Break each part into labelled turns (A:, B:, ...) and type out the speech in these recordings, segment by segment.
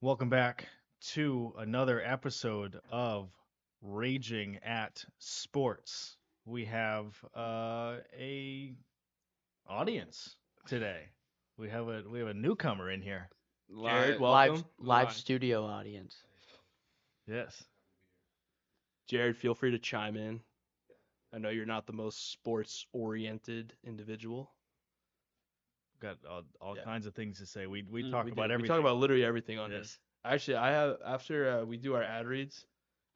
A: Welcome back to another episode of Raging at Sports. We have uh, a audience today. We have a we have a newcomer in here.
B: Jared,
C: Live,
B: welcome.
C: live, live
B: Live.
C: studio audience.
A: Yes.
B: Jared, feel free to chime in. I know you're not the most sports oriented individual.
A: Got all, all
B: Yeah.
A: kinds of things to say. We we
B: Mm,
A: talk about
B: do.
A: everything.
B: We talk about literally everything on
A: Yeah.
B: this. Actually, I have after uh, we do our ad reads,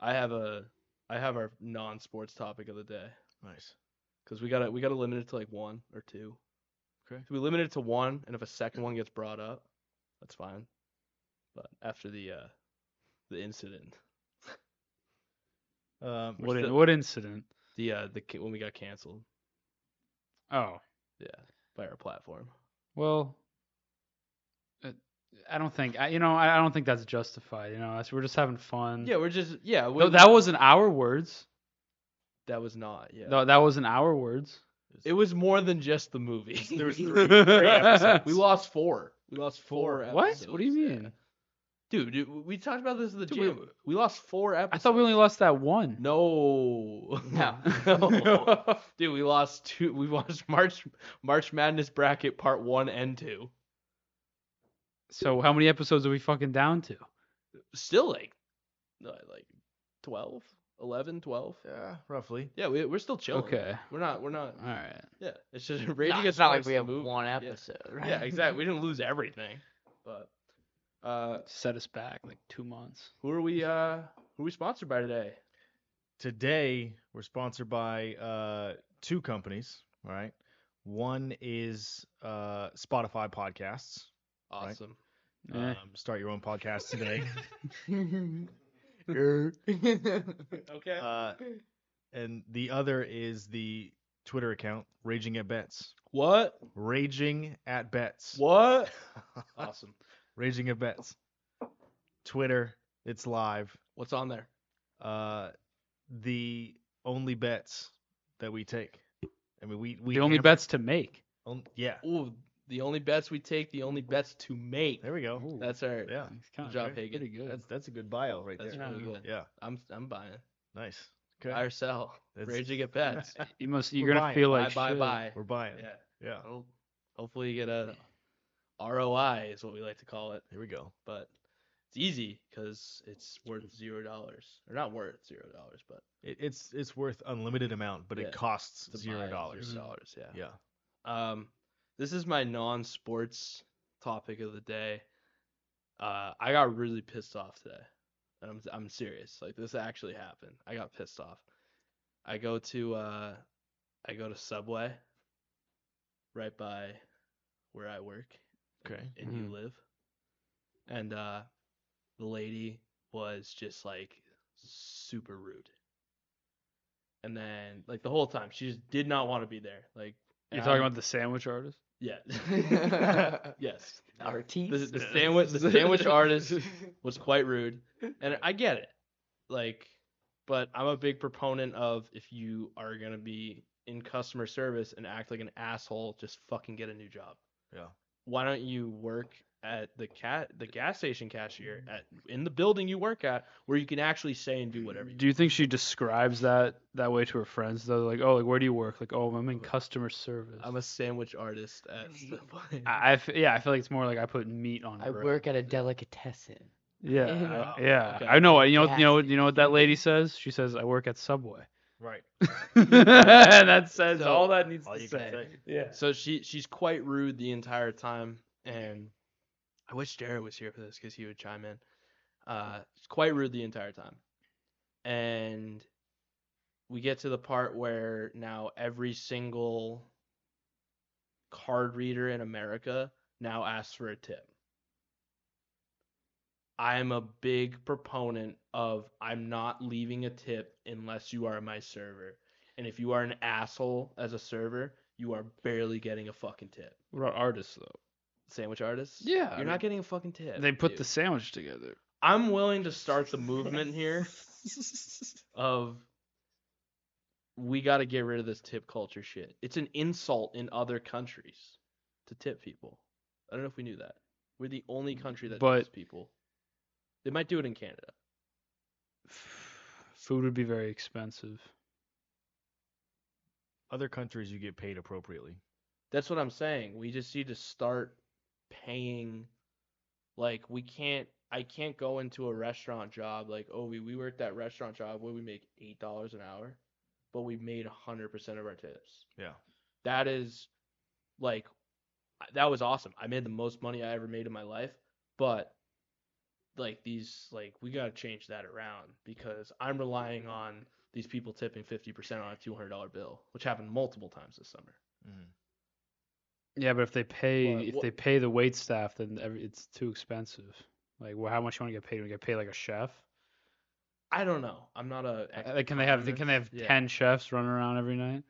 B: I have a I have our non-sports topic of the day
A: nice.
B: because we gotta we gotta limit it to like one or two.
A: Okay.
B: If we limit it to one, and if a second one gets brought up, that's fine. But after the uh the incident,
A: Um,
D: What,
B: Which
D: in,
B: the-
D: what incident?
B: the uh the ca- when we got canceled,
D: Oh,
B: yeah, by our platform.
D: well, it, I don't think I, you know. I, I don't think that's justified. You know, that's, we're just having
A: Mm.
D: fun.
B: Yeah, we're just yeah.
D: Th-
B: we-
D: that wasn't our words.
B: That was not. Yeah.
D: No, that wasn't our words.
B: It was more than just the movie.
A: there was three, three episodes.
B: we lost four. We lost four.
D: What? What do you
B: episodes,
D: mean?
B: yeah. dude? dude, We talked about this in the
D: Dude,
B: gym. We, lost four
D: I
B: episodes.
D: thought we only lost that one.
B: No.
C: No.
B: No. dude, we lost two. We lost March March Madness bracket part one and two.
D: So how many episodes are we fucking down to?
B: Still like, no, like 12, 11, 12.
A: yeah, uh, roughly.
B: Yeah, we, we're still chilling.
D: Okay.
B: We're not. We're not.
D: All right.
B: Yeah. It's just rating
C: Nah,
B: us.
C: it's not like we
B: the
C: have
B: movie.
C: one episode, right?
B: Yeah, exactly. We didn't lose everything, but uh,
D: Set us back like two months.
B: who are we? Uh, who are we sponsored by today?
A: today we're sponsored by uh, two companies. All right, one is uh, Spotify podcasts. Right.
B: Awesome.
D: Eh.
B: Uh.
A: Um, start your own podcast today.
B: okay.
A: uh, and the other is the Twitter account Raging at Bets.
B: what?
A: Raging at Bets.
B: What? awesome.
A: Raging at Bets. Twitter, it's live.
B: What's on there?
A: Uh, the only bets that we take. I mean, we we
D: the only
A: hammer-
D: bets to make.
A: on- yeah.
B: Ooh, the only bets we take, the only bets to make.
A: There we go.
B: That's our.
A: Yeah.
D: It's kinda
B: Good job,
D: pretty-
B: Hagen.
D: Pretty good.
A: That's that's a good bio right
B: That's
A: there.
B: really good.
A: Yeah.
B: I'm I'm buying.
A: Nice.
B: Buy
A: Okay.
B: or sell.
A: That's-
B: Raging at bets.
D: you must. You're
A: We're
D: gonna
A: buying.
D: feel
B: buy
D: like
B: buy
D: shit.
B: buy.
A: We're buying.
B: Yeah.
A: it. Yeah.
B: Ho- Hopefully you get a ROI is what we like to call it.
A: Here we go.
B: but it's easy because it's worth
A: Mm-hmm.
B: zero dollars or not worth zero dollars but
A: It, it's it's worth unlimited amount, but
B: Yeah.
A: it costs
B: to buy
A: zero
B: it,
A: dollars.
B: zero dollars yeah.
A: Yeah.
B: um this is my non-sports topic of the day uh i got really pissed off today and i'm, I'm serious like this actually happened i got pissed off i go to uh i go to subway right by where i work
A: Okay.
B: and you
D: Mm-hmm.
B: live. And uh the lady was just like super rude. And then like the whole time she just did not want to be there. Like and
D: You're
B: I
D: talking
B: don't-
D: about the sandwich artist.
B: yeah. yes.
C: Our
B: The,
C: teeth.
B: the sandwich the sandwich artist was quite rude. And I get it. Like but I'm a big proponent of if you are going to be in customer service and act like an asshole, just fucking get a new job
A: Yeah.
B: why don't you work at the cat the gas station cashier
D: Mm-hmm.
B: at in the building you work at where you can actually say and do whatever you
D: Do you think she describes that that way to her friends? Though, like, oh, like where do you work? Like, oh, I'm in customer service.
B: I'm a sandwich artist at Subway.
D: I, I f- yeah, I feel like it's more like I put meat on.
C: I
D: bread.
C: work at a delicatessen.
D: Yeah,
C: Yeah.
D: I- yeah.
B: Oh, Okay.
D: I know. You know.
C: Yeah.
D: You know. You know what that lady says? She says, "I work at Subway."
A: Right.
D: that says
B: So,
D: all that needs
A: All
D: to
A: you can
D: say.
A: say.
D: Yeah.
B: So she she's quite rude the entire time, and I wish Jared was here for this because he would chime in. Uh, she's quite rude the entire time, and we get to the part where now every single card reader in America now asks for a tip. I am a big proponent of I'm not leaving a tip unless you are my server. And if you are an asshole as a server, you are barely getting a fucking tip.
D: What about artists though?
B: Sandwich artists?
D: Yeah, I
B: You're
D: mean,
B: not getting a fucking tip.
D: They put
B: dude.
D: the sandwich together.
B: I'm willing to start the movement here of we got to get rid of this tip culture shit. It's an insult in other countries to tip people. I don't know if we knew that. We're the only country that
D: But-
B: tips people. They might do it in Canada.
D: Food would be very expensive.
A: Other countries, you get paid appropriately.
B: That's what I'm saying. We just need to start paying. Like we can't. I can't go into a restaurant job like, oh, we we worked that restaurant job where we make eight dollars an hour, but we made hundred percent of our tips.
A: Yeah.
B: That is, like, I- that was awesome. I made the most money I ever made in my life, but like these like we got to change that around because I'm relying on these people tipping 50% on a $200 bill, which happened multiple times this summer.
D: Mm-hmm. Yeah, but if they pay
B: Well,
D: if
B: wha-
D: they pay the wait staff, then every, it's too expensive. Like, well, how much you want to get paid? You get paid like a chef?
B: I don't know. I'm not a
D: Uh,
B: expert
D: Like, can they have
B: on
D: can
B: this.
D: they have
B: Yeah.
D: ten chefs running around every night?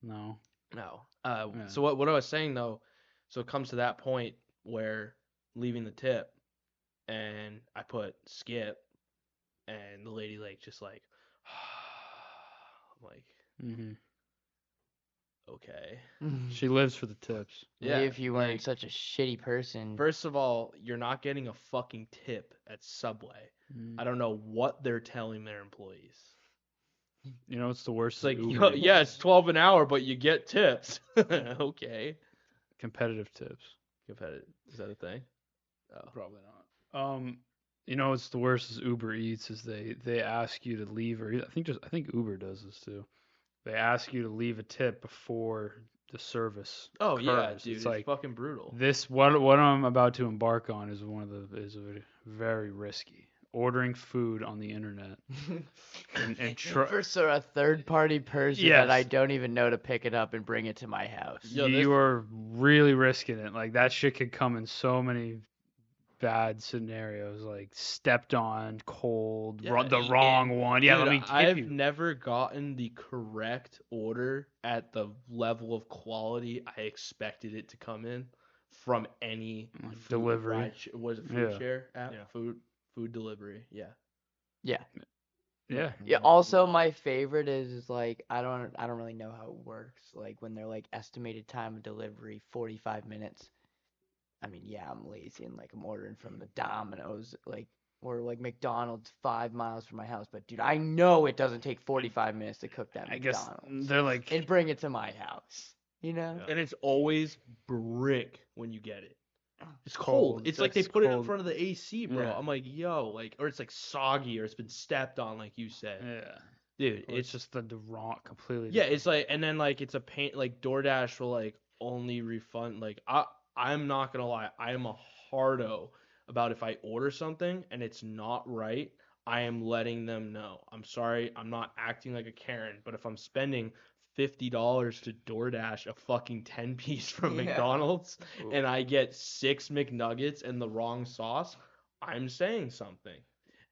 D: No.
B: No. Uh,
D: Yeah.
B: So what what I was saying though, so it comes to that point where leaving the tip, and I put skip, and the lady like just like, I'm like
D: hmm
B: Mm-hmm. okay.
D: She lives for the tips.
B: Yeah.
C: if you weren't
B: like-
C: such a shitty person.
B: First of all, you're not getting a fucking tip at Subway.
D: Mm-hmm.
B: I don't know what they're telling their employees.
D: You know, it's the worst. is
B: It's like, yo,
D: Uber.
B: yeah, it's twelve an hour, but you get tips. okay.
D: competitive tips.
B: Competitive. Is that a thing? Oh.
D: Probably not. Um, you know, it's the worst is Uber Eats is they they ask you to leave or I think just I think Uber does this too. They ask you to leave a tip before the service.
B: Oh yeah,
D: occurs.
B: dude. It's,
D: It's like
B: fucking brutal.
D: this what what I'm about to embark on is one of the is a- very risky. Ordering food on the internet. and- and tr-
C: First, or a third party person that I
D: Yes.
C: don't even know to pick it up and bring it to my house.
B: Yo,
D: you
B: this-
D: are really risking it. Like that shit could come in so many bad scenarios, like stepped on, cold,
B: Yeah,
D: ru- the
B: and-
D: wrong one. Yeah,
B: Dude,
D: let me tip
B: I've
D: you.
B: never gotten the correct order at the level of quality I expected it to come in from any
D: Mm,
B: food
D: delivery.
B: ride sh- was it food
D: Yeah.
B: share app?
A: Yeah.
B: Food food delivery. Yeah.
D: Yeah.
C: Yeah. Also, my favorite is, is like I don't I don't really know how it works. Like when they're like estimated time of delivery, forty five minutes. I mean, yeah, I'm lazy and like I'm ordering from the Domino's, like or like McDonald's five miles from my house. But dude, I know it doesn't take forty five minutes to cook that
D: I guess
C: McDonald's
D: they're like
C: and bring it to my house. You know?
A: Yeah.
B: And it's always brick when you get it. It's cold.
D: Cold.
B: It's like they
D: It's
B: put it in
D: cold.
B: front of the AC, bro.
D: Yeah.
B: I'm like, yo, like, or it's like soggy, or it's been stepped on, like you said,
D: yeah.
B: dude.
D: It's
B: It's
D: just
B: just
D: the, the wrong completely.
B: yeah, it's like, and then like it's a paint, like DoorDash will like only refund. Like I, I'm not gonna lie, I am a hardo about if I order something and it's not right, I am letting them know. I'm sorry, I'm not acting like a Karen, but if I'm spending. Fifty dollars to DoorDash a fucking ten piece from
C: Yeah.
B: McDonald's
C: Ooh.
B: and I get six McNuggets and the wrong sauce, I'm saying something.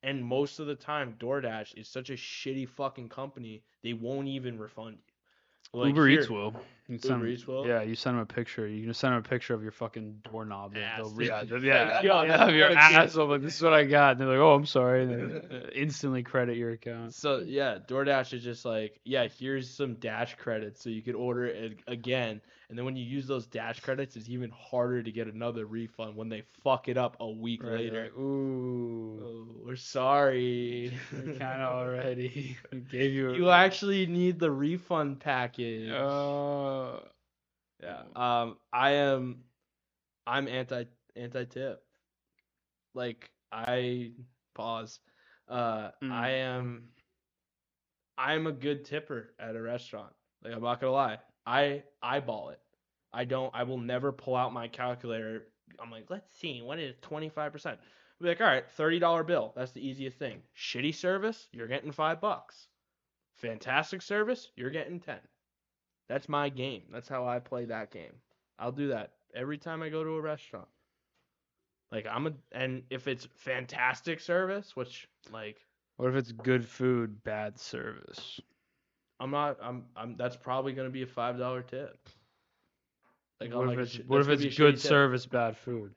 B: And most of the time, DoorDash is such a shitty fucking company, they won't even refund you. Like,
D: Uber Eats
B: here-
D: will. You
B: Uber
D: send 'em-
B: Eats will?
D: Yeah, you send them a picture. You can send them a picture of your fucking doorknob. They'll-
B: Ass,
D: they'll
B: dude.
D: re- Yeah,
B: Like,
D: yeah,
B: yo,
D: yeah, of your
B: that's what it
D: ass. I'm like, this is what I got. And they're like, oh, I'm sorry. And they uh, instantly credit your account.
B: So yeah, DoorDash is just like, yeah, here's some dash credits so you could order it ag- again. And then when you use those dash credits, it's even harder to get another refund when they fuck it up a week
D: Right,
B: later.
D: like, Ooh.
B: Oh, we're sorry.
D: kind of already We gave you. a-
B: You actually need the refund package.
D: Uh,
B: Yeah. Um, I am, I'm anti anti tip. Like I pause. Uh,
D: Mm.
B: I am. I'm a good tipper at a restaurant. Like I'm not gonna lie. I eyeball it. I don't. I will never pull out my calculator. I'm like, let's see, what is 25 percent? Be like, all right, thirty dollar bill. That's the easiest thing. Shitty service, you're getting five bucks. Fantastic service, you're getting ten. That's my game. That's how I play that game. I'll do that every time I go to a restaurant. Like I'm a, and if it's fantastic service, which like
D: what if it's good food, bad service?
B: I'm not, I'm, I'm. That's probably gonna be a five dollar tip. Like, I'm
D: what
B: like,
D: if it's,
B: "Shit,
D: what
B: that's
D: if
B: gonna be
D: it's
B: a shitty
D: good
B: tip."
D: service, bad food?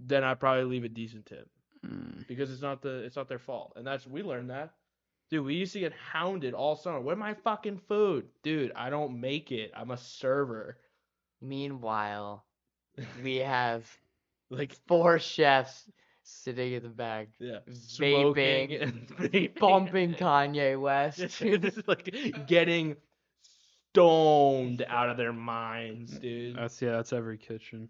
B: Then I probably leave a decent tip. because it's not the it's not their fault. And that's we learned that. Dude, we used to get hounded all summer. Where my fucking food? Dude, I don't make it. I'm a server.
C: Meanwhile, we have
B: Like
C: four chefs sitting in the back,
B: Yeah.
C: Vaping.
B: and vaping.
C: bumping Kanye West.
B: Just like getting stoned out of their minds, dude.
D: That's yeah, that's every kitchen.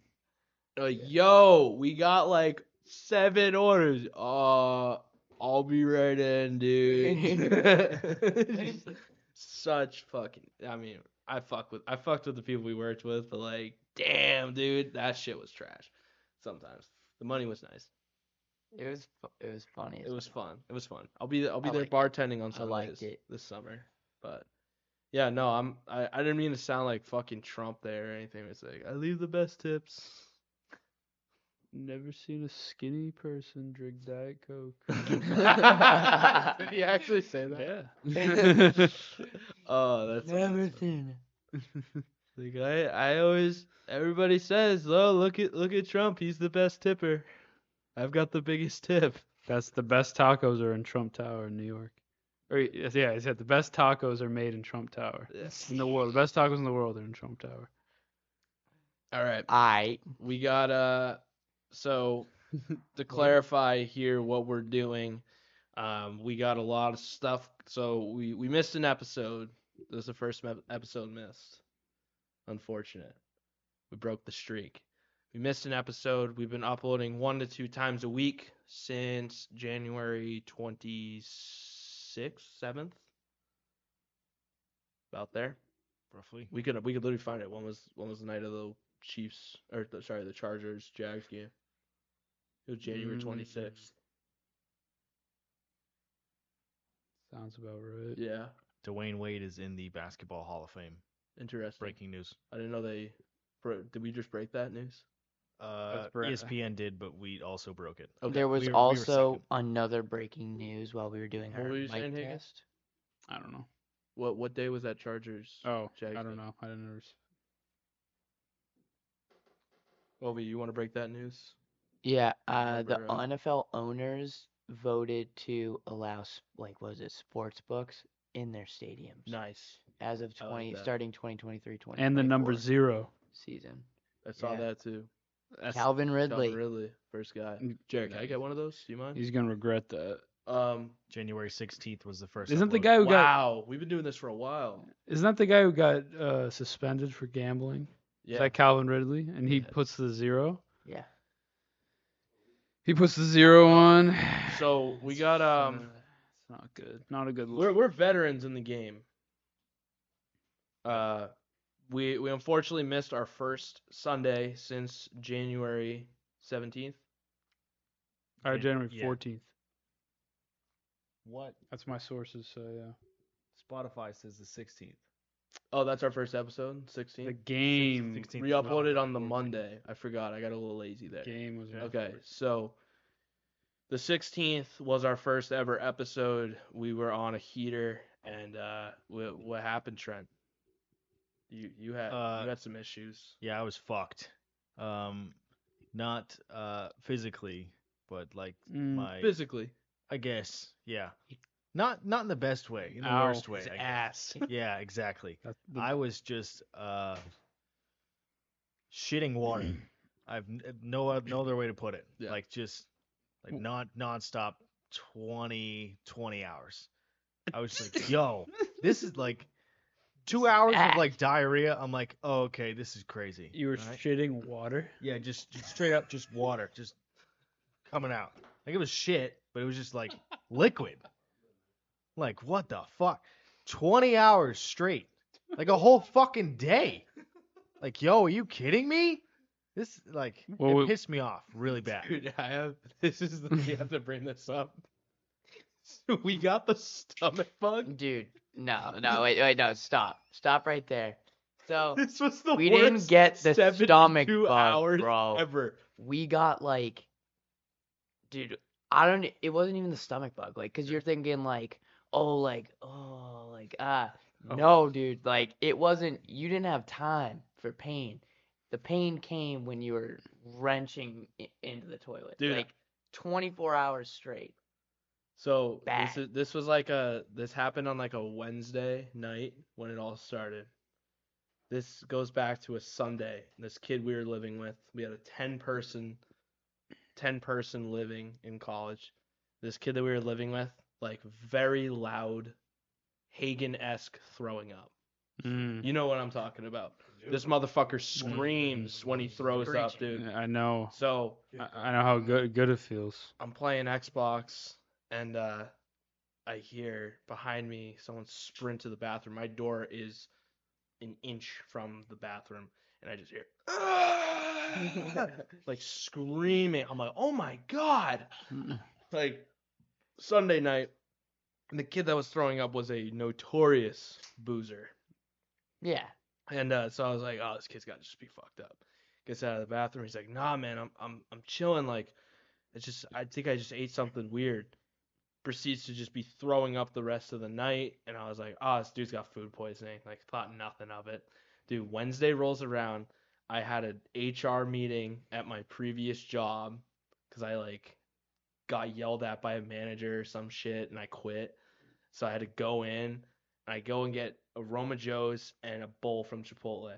B: like, yo, we got like seven orders. Uh, I'll be right in, dude. Such fucking. I mean, I fuck with. I fucked with the people we worked with, but like, damn, dude, that shit was trash. Sometimes the money was nice.
C: It was fu- it was funny.
B: It was fun. It was fun. I'll be. I'll be
C: I
B: there
C: liked it.
B: bartending on
C: I liked
B: Sundays
C: it.
B: this summer, but. Yeah, no, I'm. I, I didn't mean to sound like fucking Trump there or anything. It's like I leave the best tips.
D: Never seen a skinny person drink Diet Coke.
B: Did he
C: actually say
D: yeah.
B: oh, that's awesome.
C: Everything.
B: Like I, I always everybody says, "Oh, look at look at Trump. He's the best tipper. I've got the biggest tip."
D: That's the best tacos are in Trump Tower in New York. Or yes, yeah, he said the best tacos are made in Trump Tower. In the world, the best tacos in the world are in Trump Tower.
B: All right.
C: I
B: We got uh so to clarify here what we're doing, um we got a lot of stuff so we we missed an episode. This is the first mep- episode missed. Unfortunate. We broke the streak. We missed an episode. We've been uploading one to two times a week since January 26th, 7th. About there.
A: Roughly.
B: We could we could literally find it. One was one was the night of the Chiefs or the, sorry the Chargers Jags game. It was January twenty sixth.
D: Sounds about right.
B: Yeah,
A: Dwayne Wade is in the Basketball Hall of Fame.
B: interesting.
A: Breaking news.
B: I didn't know they. Bro, did we just break that news?
A: Uh,
D: bra-
A: ESPN did, but we also broke it.
B: Okay.
C: there was
A: we were
C: also
A: second.
C: another breaking news while we were doing
B: What
C: our
B: were you
C: mic
B: saying, Higgins?
C: test.
D: I don't know.
B: What what day was that Chargers?
D: Oh,
B: Jags
D: I don't
B: game?
D: know. I didn't notice.
B: Obi, you want to break that news?
C: Yeah,
B: I
C: uh, the
B: remember, uh,
C: NFL owners voted to allow s- like what was it sports books in their stadiums
B: Nice.
C: as of
B: I like
C: 20
B: that.
C: starting 2023 20
D: And the number zero.
C: season.
B: I saw
C: Yeah.
B: that too.
D: That's,
C: Calvin Ridley.
B: Calvin Ridley, first guy.
D: Mm,
B: Jared, can I
D: nice.
B: get one of those? Do you mind?
D: He's gonna regret that.
B: Um.
A: January 16th was the first.
D: Isn't the
A: upload.
D: guy who got
B: Wow, we've been doing this for a while.
D: isn't that the guy who got uh, suspended for gambling? Is
B: Yeah.
D: that Calvin Ridley? And he
B: Yeah.
D: puts the zero.
C: Yeah.
D: He puts the zero on.
B: So we got um.
D: It's not good. Not a good
B: we're
D: look.
B: we're veterans in the game. Uh, we we unfortunately missed our first Sunday since January seventeenth.
D: Or
A: Yeah,
D: January
A: yeah.
D: fourteenth.
A: What?
D: That's my sources. So yeah.
A: Spotify says the 16th.
B: Oh, that's our first episode,
D: The
B: sixteenth.
D: game.
A: 16th
B: We uploaded on the Monday. I forgot. I got a little lazy there.
D: Game was
B: Okay, so the 16th was our first ever episode. We were on a heater, and uh, what, what happened, Trent? You you had
A: Uh,
B: you had some issues.
A: Yeah, I was fucked. Um, not uh physically, but like
D: Mm.
A: my.
B: Physically,
A: I guess. Yeah. Not not in the best way. In the
D: Ow.
A: worst way.
B: his
A: I guess.
B: ass.
A: Yeah, exactly.
D: That's the-
A: I was just uh shitting water. I've n- uh, no oth- no other way to put it.
B: Yeah.
A: Like just like non nonstop 20 20 hours. I was just like, yo, this is like two hours of like diarrhea. I'm like, oh, okay, this is crazy.
D: you were
A: right?
D: shitting water.
A: yeah, just, just straight up, just water, just coming out. Like it was shit, but it was just like liquid. Like what the fuck? Twenty hours straight, like a whole fucking day. Like yo, are you kidding me? This like
D: Well,
A: it
D: we-
A: pissed me off really bad.
B: Dude, I have. This is the, we have to bring this up. we got the stomach bug.
C: Dude, no, no, wait, wait, no, stop. Stop right there. So
B: This was the
C: we
B: worst
C: didn't get the
B: 72
C: stomach bug,
B: hours
C: bro.
B: ever.
C: we got like dude i don't it wasn't even the stomach bug like because you're thinking like oh like oh like ah
D: Oh.
C: no dude like it wasn't you didn't have time for pain the pain came when you were wrenching i- into the toilet
B: Dude.
C: like 24 hours straight
B: So
C: Bad.
B: this is, this was like a this happened on like a Wednesday night when it all started. This goes back to a Sunday. This kid we were living with, we had a ten person ten person living in college. This kid that we were living with, like very loud, Hagen esque throwing up.
D: Mm.
B: You know what I'm talking about. This motherfucker screams when he throws up,
E: Screeching.
B: dude.
D: I know.
B: So
D: I, I know how good good it feels.
B: I'm playing Xbox and uh, I hear behind me someone sprint to the bathroom. My door is an inch from the bathroom, and I just hear "Ah!" like screaming. I'm like, oh my god! Like Sunday night, the kid that was throwing up was a notorious boozer.
C: Yeah.
B: And uh, so I was like, oh, this kid's got to just be fucked up. Gets out of the bathroom. He's like, nah, man, I'm I'm I'm chilling. Like, it's just I think I just ate something weird. Proceeds to just be throwing up the rest of the night. And I was like, oh, this dude's got food poisoning. Like, thought nothing of it. Dude, Wednesday rolls around. I had an HR meeting at my previous job because I like got yelled at by a manager or some shit, and I quit. So I had to go in and I go and get a Roma Joe's and a bowl from Chipotle.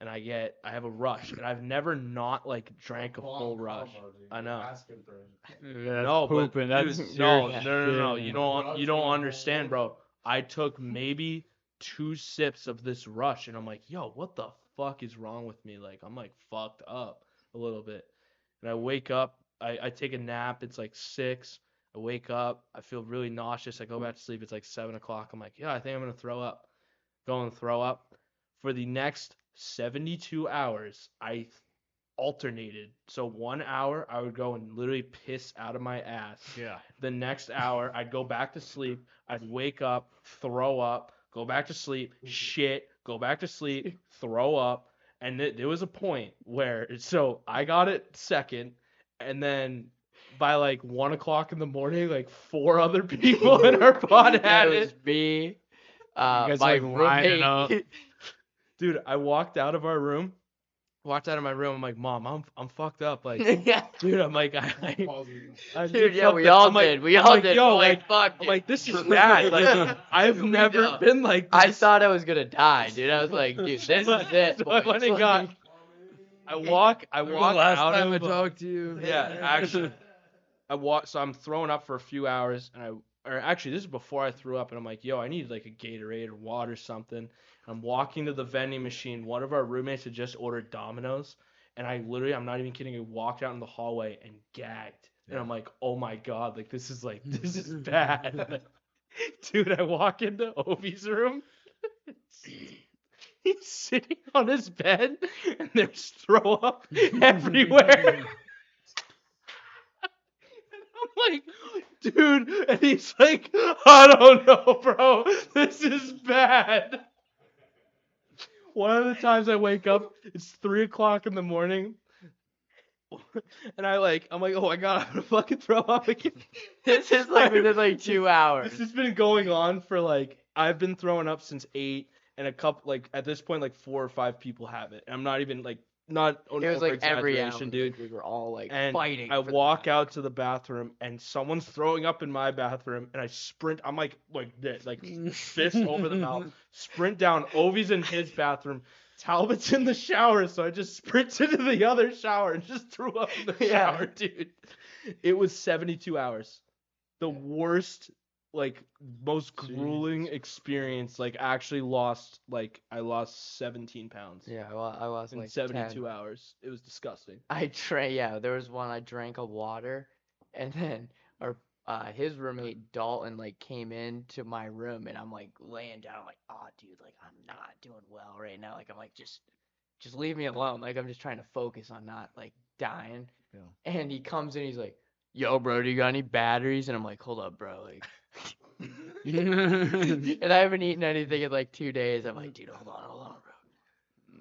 B: And I get, I have a rush, and I've never not like drank a full rush. I know.
D: That's
B: no, but
D: pooping.
B: dude,
D: That's
B: no, no,
D: serious
B: no, no, no.
D: shit.
B: You don't, you don't understand, bro. I took maybe two sips of this rush, and I'm like, yo, what the fuck is wrong with me? Like, I'm like fucked up a little bit, and I wake up. I, I take a nap. It's like six. I wake up. I feel really nauseous. I go back to sleep. It's like seven o'clock. I'm like, yeah, I think I'm gonna throw up. Go and throw up. For the next 72 hours, I alternated. So one hour, I would go and literally piss out of my ass.
A: Yeah.
B: The next hour, I'd go back to sleep. I'd wake up, throw up, go back to sleep, shit, go back to sleep, throw up. And th- there was a point where, so I got it second, and then by like one o'clock in the morning, like four other people in our pod had
C: That
B: it.
C: was me. Uh,
D: guys are,
C: my
D: like, lining
C: roommate.
D: up.
B: Dude, I walked out of our room, walked out of my room. I'm like, Mom, I'm I'm fucked up. Like, dude, I'm like, I, I I
C: Dude,
B: did
C: yeah, we
B: something.
C: all
B: I'm like-
C: did. we all
B: like,
C: did.
B: yo,
C: I'm like, fuck.
B: I'm
C: dude.
B: like, this is bad. Like, I've
C: We
B: never
C: know.
B: been like
C: I
B: this.
C: thought I was gonna die, dude. I was like, dude, this is it.
B: So I
C: boys.
B: went and got. I walk. I walk out of. uh,
D: to you.
B: Yeah, actually, I walk. So I'm throwing up for a few hours, and I, or actually, this is before I threw up, and I'm like, yo, I need like a Gatorade or water or something. I'm walking to the vending machine. One of our roommates had just ordered Domino's, and I literally, I'm not even kidding, I walked out in the hallway and gagged. And I'm like, oh my god, like this is like this is bad. Dude, I walk into Obi's room. He's sitting on his bed, and there's throw up everywhere. I'm like, dude, and he's like, I don't know, bro. This is bad. One of the times I wake up, it's three o'clock in the morning. And I like, I'm like, oh my god, I'm gonna fucking throw up again.
C: This is like within like two
B: This
C: hours.
B: has been going on for like, I've been throwing up since eight, and a couple, like at this point, like four or five people have it. I'm not even like, not
C: It was like every hour,
B: exaggeration, dude.
C: We were all like
B: and
C: fighting.
B: I
C: for the
B: walk
C: bathroom.
B: out to the bathroom and someone's throwing up in my bathroom and I sprint I'm like like this like fist over the mouth sprint down Ovi's in his bathroom Talbot's in the shower so I just sprinted to the other shower and just threw up in the
C: Yeah.
B: shower dude it was 72 hours the worst like most grueling experience like actually lost like I lost 17 pounds
C: Yeah, I wa- I was
B: in
C: like
B: 72
C: 10.
B: hours it was disgusting
C: I drank. Yeah, there was one I drank a water, and then our uh, his roommate Dalton like came into my room, and I'm like laying down, I'm like, oh dude, like I'm not doing well right now. Like I'm like just, just leave me alone. Like I'm just trying to focus on not like dying.
A: Yeah.
C: And he comes in, he's like, yo, bro, do you got any batteries? And I'm like, hold up, bro, like. and I haven't eaten anything in like two days. I'm like, dude, hold on, hold on,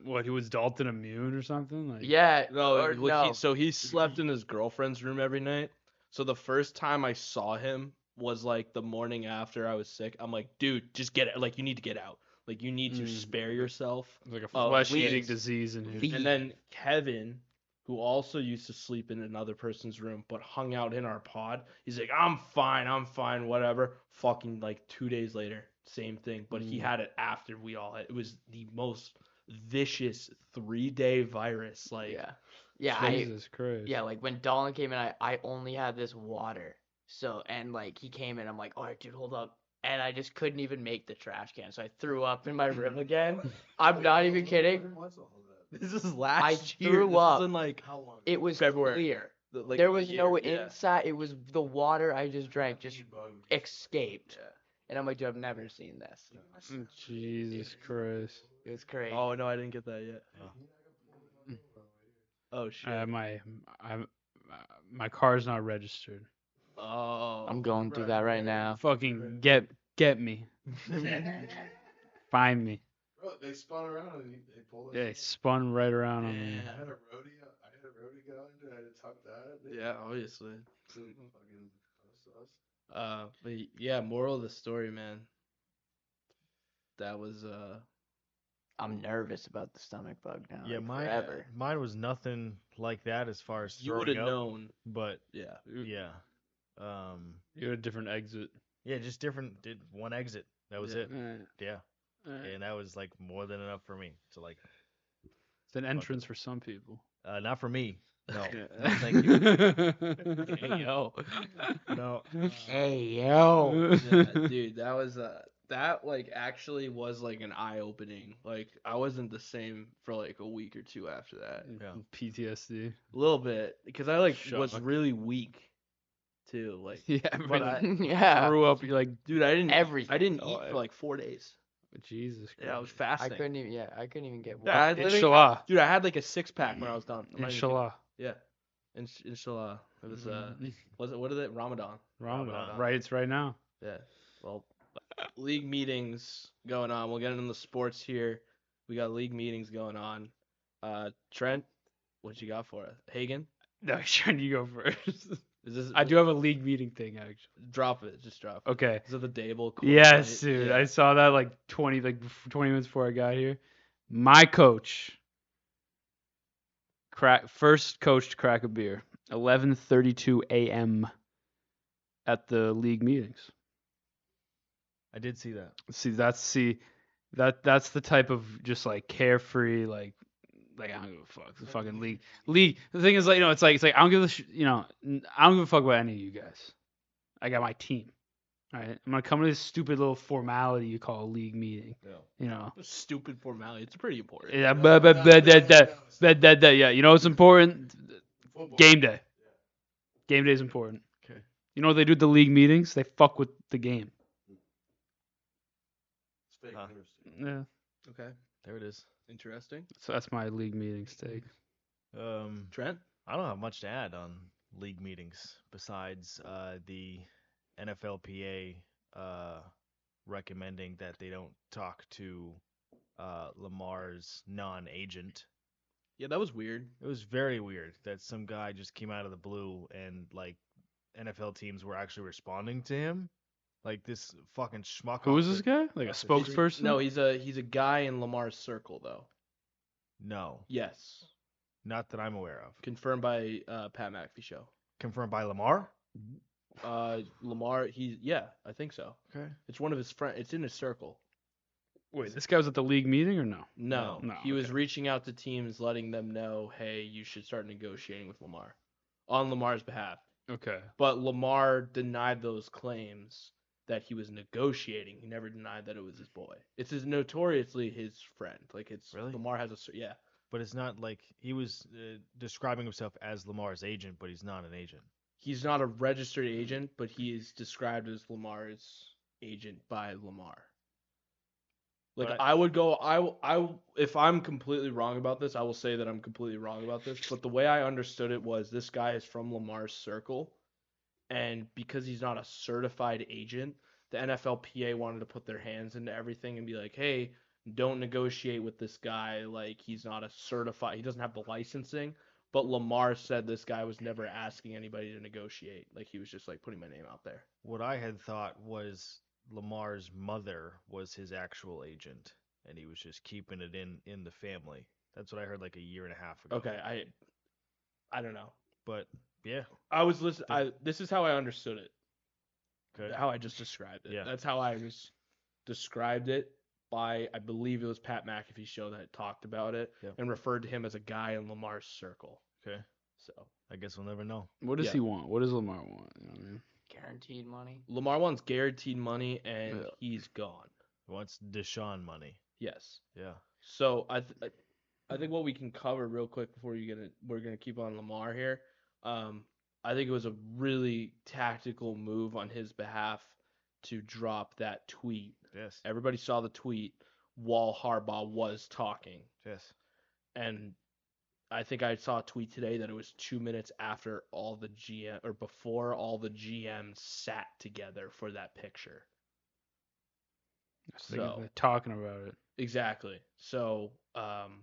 C: bro.
D: what? He was Dalton immune or something? Like,
C: Yeah,
B: No, well,
C: or no. Mm-hmm.
B: He, so he slept in his girlfriend's room every night. So the first time I saw him was like the morning after I was sick. I'm like, dude, just get it. Like, you need to get out. Like, you need to
D: Mm.
B: spare yourself.
D: like a
B: Oh,
D: flesh-eating
B: please.
D: disease in his.
B: And then Kevin, who also used to sleep in another person's room but hung out in our pod, he's like, I'm fine, I'm fine, whatever. Fucking like two days later, same thing. But he
D: Mm.
B: had it after we all had. It was the most vicious three day virus. Like,
C: yeah, Yeah, I
D: Jesus Christ.
C: Yeah, like when Dolan came in, I, I only had this water. So and like he came in, I'm like, all right, dude, hold up. And I just couldn't even make the trash can, so I threw up in my room again. I'm not even kidding.
B: This is last year.
C: threw
B: this is
C: up.
B: in like,
E: How long?
C: It was
B: February.
C: clear.
B: the- like
C: there
B: the
C: was
B: year.
C: no
B: yeah.
C: inside. It was the water I just drank just
E: Bug.
C: escaped.
B: Yeah.
C: And I'm like, dude, I've never seen this.
D: Mm, Jesus Christ.
C: It was crazy.
B: Oh no, I didn't get that yet.
C: Mm.
B: Oh shit.
C: Um,
D: Uh, my I'm, uh, my car's not registered.
B: oh.
C: I'm going through that right now.
D: Fucking get get me. Find me.
E: Bro, they spun around and they- they pulled us.
D: Yeah, it spun right around on me.
E: I had a rodeo. I had a rodeo calendar. I had to tuck that. in.
B: yeah, obviously.
E: Some fucking sauce.
B: Uh, but y- yeah, moral of the story, man. That was uh.
C: I'm nervous about the stomach bug now.
A: yeah,
C: like,
A: mine
C: forever.
A: mine was nothing like that as far as
B: You would
A: throwing
B: have
A: up,
B: known.
A: but
B: Yeah.
A: yeah, um,
D: You had a different exit.
A: yeah, just different. Did one exit. That was
B: Yeah.
D: Mm.
A: it. Yeah, and that was like more than enough for me. So like,
D: It's an entrance for some people.
A: uh, not for me. No,
D: Yeah.
A: no thank you.
B: yo.
A: No,
D: Uh,
C: Hey
B: uh,
C: yo.
B: yeah, dude, that was uh that like actually was like an eye opening. Like I wasn't the same for like a week or two after that.
A: Yeah.
D: PTSD.
B: A little bit because I like was
A: Shock.
B: really weak too. Like
D: Yeah,
B: but I,
C: yeah.
D: grew up. You're like,
B: dude, I didn't
C: Everything.
B: I didn't
D: Oh,
B: eat
D: I-
B: for like four days.
D: Jesus Christ.
B: Yeah, I was
C: I
B: fasting.
C: couldn't even. Yeah, I couldn't even get.
B: Yeah, I
C: water.
B: literally-
D: Inshallah.
B: Dude, I had like a six pack when I was done. I'm not even kidding.
D: Inshallah. Mm-hmm.
B: Yeah. Insh- inshallah. It was uh was it what is it? Ramadan.
D: Ramadan.
A: Ramadan.
D: Right, it's right now.
B: Yeah. Well, league meetings going on. We'll get into the sports here. We got league meetings going on. Uh, Trent, what you got for us? Hagen,
D: No, Sean, you go first.
B: is this?
D: I do have a league meeting thing actually.
B: Drop it. Just drop. It.
D: Okay.
B: Is it the Dable? quote,
D: Yes,
B: right?
D: dude.
B: Yeah.
D: I saw that like 20 like bef- 20 minutes before I got here. My coach crack first coach to crack a beer. 11:32 a.m. at the league meetings.
A: I did see that.
D: See, that's see that that's the type of just like carefree like like I don't give a fuck the fucking league league. The thing is like you know it's like it's like I don't give a sh- you know n- I don't give a fuck about any of you guys. I got my team. All right, I'm gonna come to this stupid little formality you call a league meeting.
A: No.
D: You know,
B: Stupid formality. It's pretty important.
D: yeah, blah, blah, blah, blah, blah, blah, blah, blah, yeah. You know what's important?
E: Football.
D: Game day. Game day is important.
A: Okay.
D: You know what they do at the league meetings? They fuck with the game.
E: It's fake
A: Huh.
E: news.
D: Yeah.
B: Uh-huh. Okay.
A: There it is.
B: Interesting.
D: So that's my league meetings take.
A: Um,
B: Trent.
A: I don't have much to add on league meetings besides uh, the NFLPA uh, recommending that they don't talk to uh, Lamar's non-agent.
B: Yeah, that was weird.
A: It was very weird that some guy just came out of the blue and like NFL teams were actually responding to him. Like this fucking schmuck.
D: Who
A: off
D: is this
A: the-
D: guy? Like a
A: off the street.
D: spokesperson?
B: No, he's a he's a guy in Lamar's circle though.
A: No,
B: Yes,
A: not that I'm aware of.
B: confirmed by uh, Pat McAfee show.
A: Confirmed by Lamar.
B: Uh, Lamar. He yeah, I think so.
A: Okay.
B: It's one of his friend. It's in his circle.
D: Wait, this guy was at the league meeting or no?
B: No,
D: No,
B: he was
D: okay.
B: reaching out to teams, letting them know, hey, you should start negotiating with Lamar on Lamar's behalf.
D: Okay.
B: But Lamar denied those claims that he was negotiating. He never denied that it was his boy. It's his, notoriously his friend. Like it's
A: Really?
B: Lamar has a cer- yeah.
A: But it's not like he was uh, describing himself as Lamar's agent, but he's not an agent.
B: He's not a registered agent, but he is described as Lamar's agent by Lamar. Like
A: But
B: I, would go, I, w- I w- if I'm completely wrong about this, I will say that I'm completely wrong about this. But the way I understood it was this guy is from Lamar's circle, and because he's not a certified agent, the NFLPA wanted to put their hands into everything and be like, hey, don't negotiate with this guy. Like he's not a certified, he doesn't have the licensing. But Lamar said this guy was never asking anybody to negotiate. Like he was just like putting my name out there.
A: What I had thought was Lamar's mother was his actual agent, and he was just keeping it in in the family. That's what I heard like a year and a half ago.
B: Okay, I, I don't know.
A: but yeah,
B: I was listening. I this is how I understood it.
A: okay.
B: How I just described it.
A: Yeah.
B: That's how I was described it by I believe it was Pat McAfee show that talked about it
A: Yeah.
B: and referred to him as a guy in Lamar's circle.
A: Okay.
B: So
A: I guess we'll never know.
D: What does
B: Yeah.
D: he want? What does Lamar want? You know what I mean?
C: Guaranteed money.
B: Lamar wants guaranteed money and
D: Yeah.
B: he's gone.
A: Wants Deshaun money.
B: Yes.
A: Yeah.
B: So I, th- I I think what we can cover real quick before you gonna we're gonna keep on Lamar here. Um, I think it was a really tactical move on his behalf to drop that tweet.
A: Yes.
B: Everybody saw the tweet while Harbaugh was talking,
A: Yes.
B: and I think I saw a tweet today that it was two minutes after all the GM or before all the GMs sat together for that picture.
D: So,
B: So-
D: they're talking about it.
B: Exactly. So um,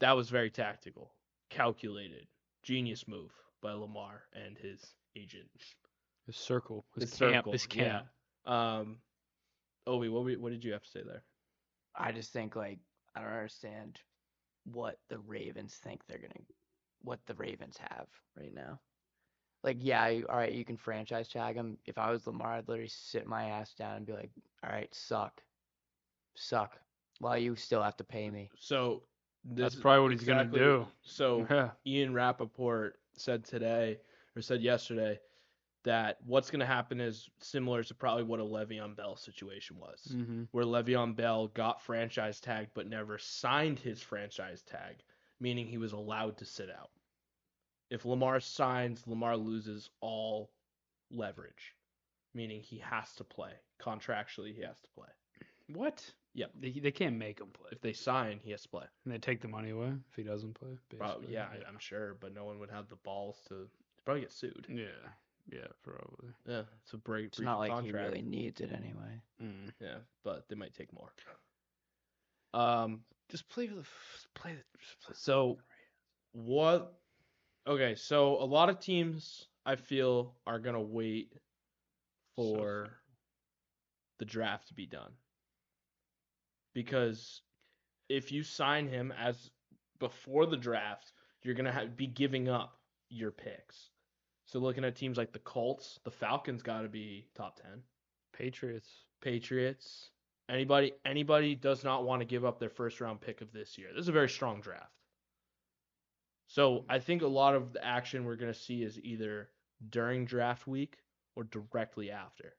B: that was very tactical, calculated, genius move by Lamar and his agent.
D: His circle, his,
B: His
D: camp,
B: circle,
D: his camp.
B: Um, Obi, what were, what did you have to say there?
C: I just think like I don't understand what the Ravens think they're gonna what the Ravens have right now. Like, yeah, you- all right, you can franchise tag him. If I was Lamar, I'd literally sit my ass down and be like, all right, suck, suck, while you still have to pay me.
B: So
D: That's
B: this-
D: probably what he's
B: exactly-
D: gonna do.
B: So
D: Yeah.
B: Ian Rappaport said today or said yesterday that what's going to happen is similar to probably what a Le'Veon Bell situation was.
D: Mm-hmm.
B: where Le'Veon Bell got franchise tagged but never signed his franchise tag, meaning he was allowed to sit out. If Lamar signs, Lamar loses all leverage, meaning he has to play. Contractually, he has to play.
D: What?
B: Yep.
D: They, they can't make him play.
B: If they sign, he has to play.
D: And they take the money away if he doesn't play.
B: Probably,
D: Basically.
B: yeah, I- I'm sure, but no one would have the balls to he'd probably get sued.
D: Yeah. Yeah. Probably.
B: Yeah, it's a break.
C: Mm. It's
B: breach
C: not
B: of
C: like
B: contract.
C: he really needs it anyway.
D: Mm.
B: Yeah, but they might take more. Um,
D: Just play for the f- play. The, just play
B: So what okay, so a lot of teams I feel are gonna wait for the draft to be done. Because if you sign him as before the draft, you're gonna have, be giving up your picks. So looking at teams like the Colts, the Falcons gotta be top ten.
D: Patriots.
B: Patriots. Anybody anybody does not want to give up their first round pick of this year. This is a very strong draft. So I think a lot of the action we're gonna see is either during draft week or directly after.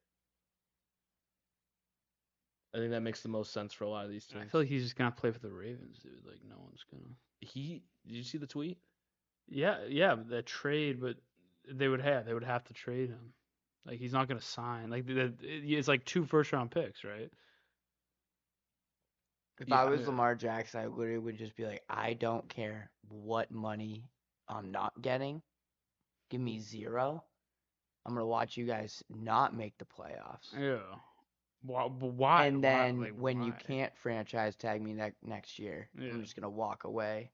B: I think that makes the most sense for a lot of these
D: I
B: teams.
D: feel like he's just gonna play for the Ravens, dude. Like no one's gonna.
B: He did you see the tweet?
D: Yeah, yeah, the trade, but they would have they would have to trade him. Like he's not gonna sign. Like the, the- it's like two first round picks, right?
C: If
B: Yeah,
C: I
B: I
C: was
B: mean-
C: Lamar Jackson, I literally would just be like, I don't care what money I'm not getting. Give me zero. I'm gonna watch you guys not make the playoffs.
D: Yeah. Why? but Why?
C: and
D: Why-
C: then
D: like,
C: when you
D: why?
C: can't franchise tag me ne- next year,
D: Yeah.
C: I'm just gonna walk away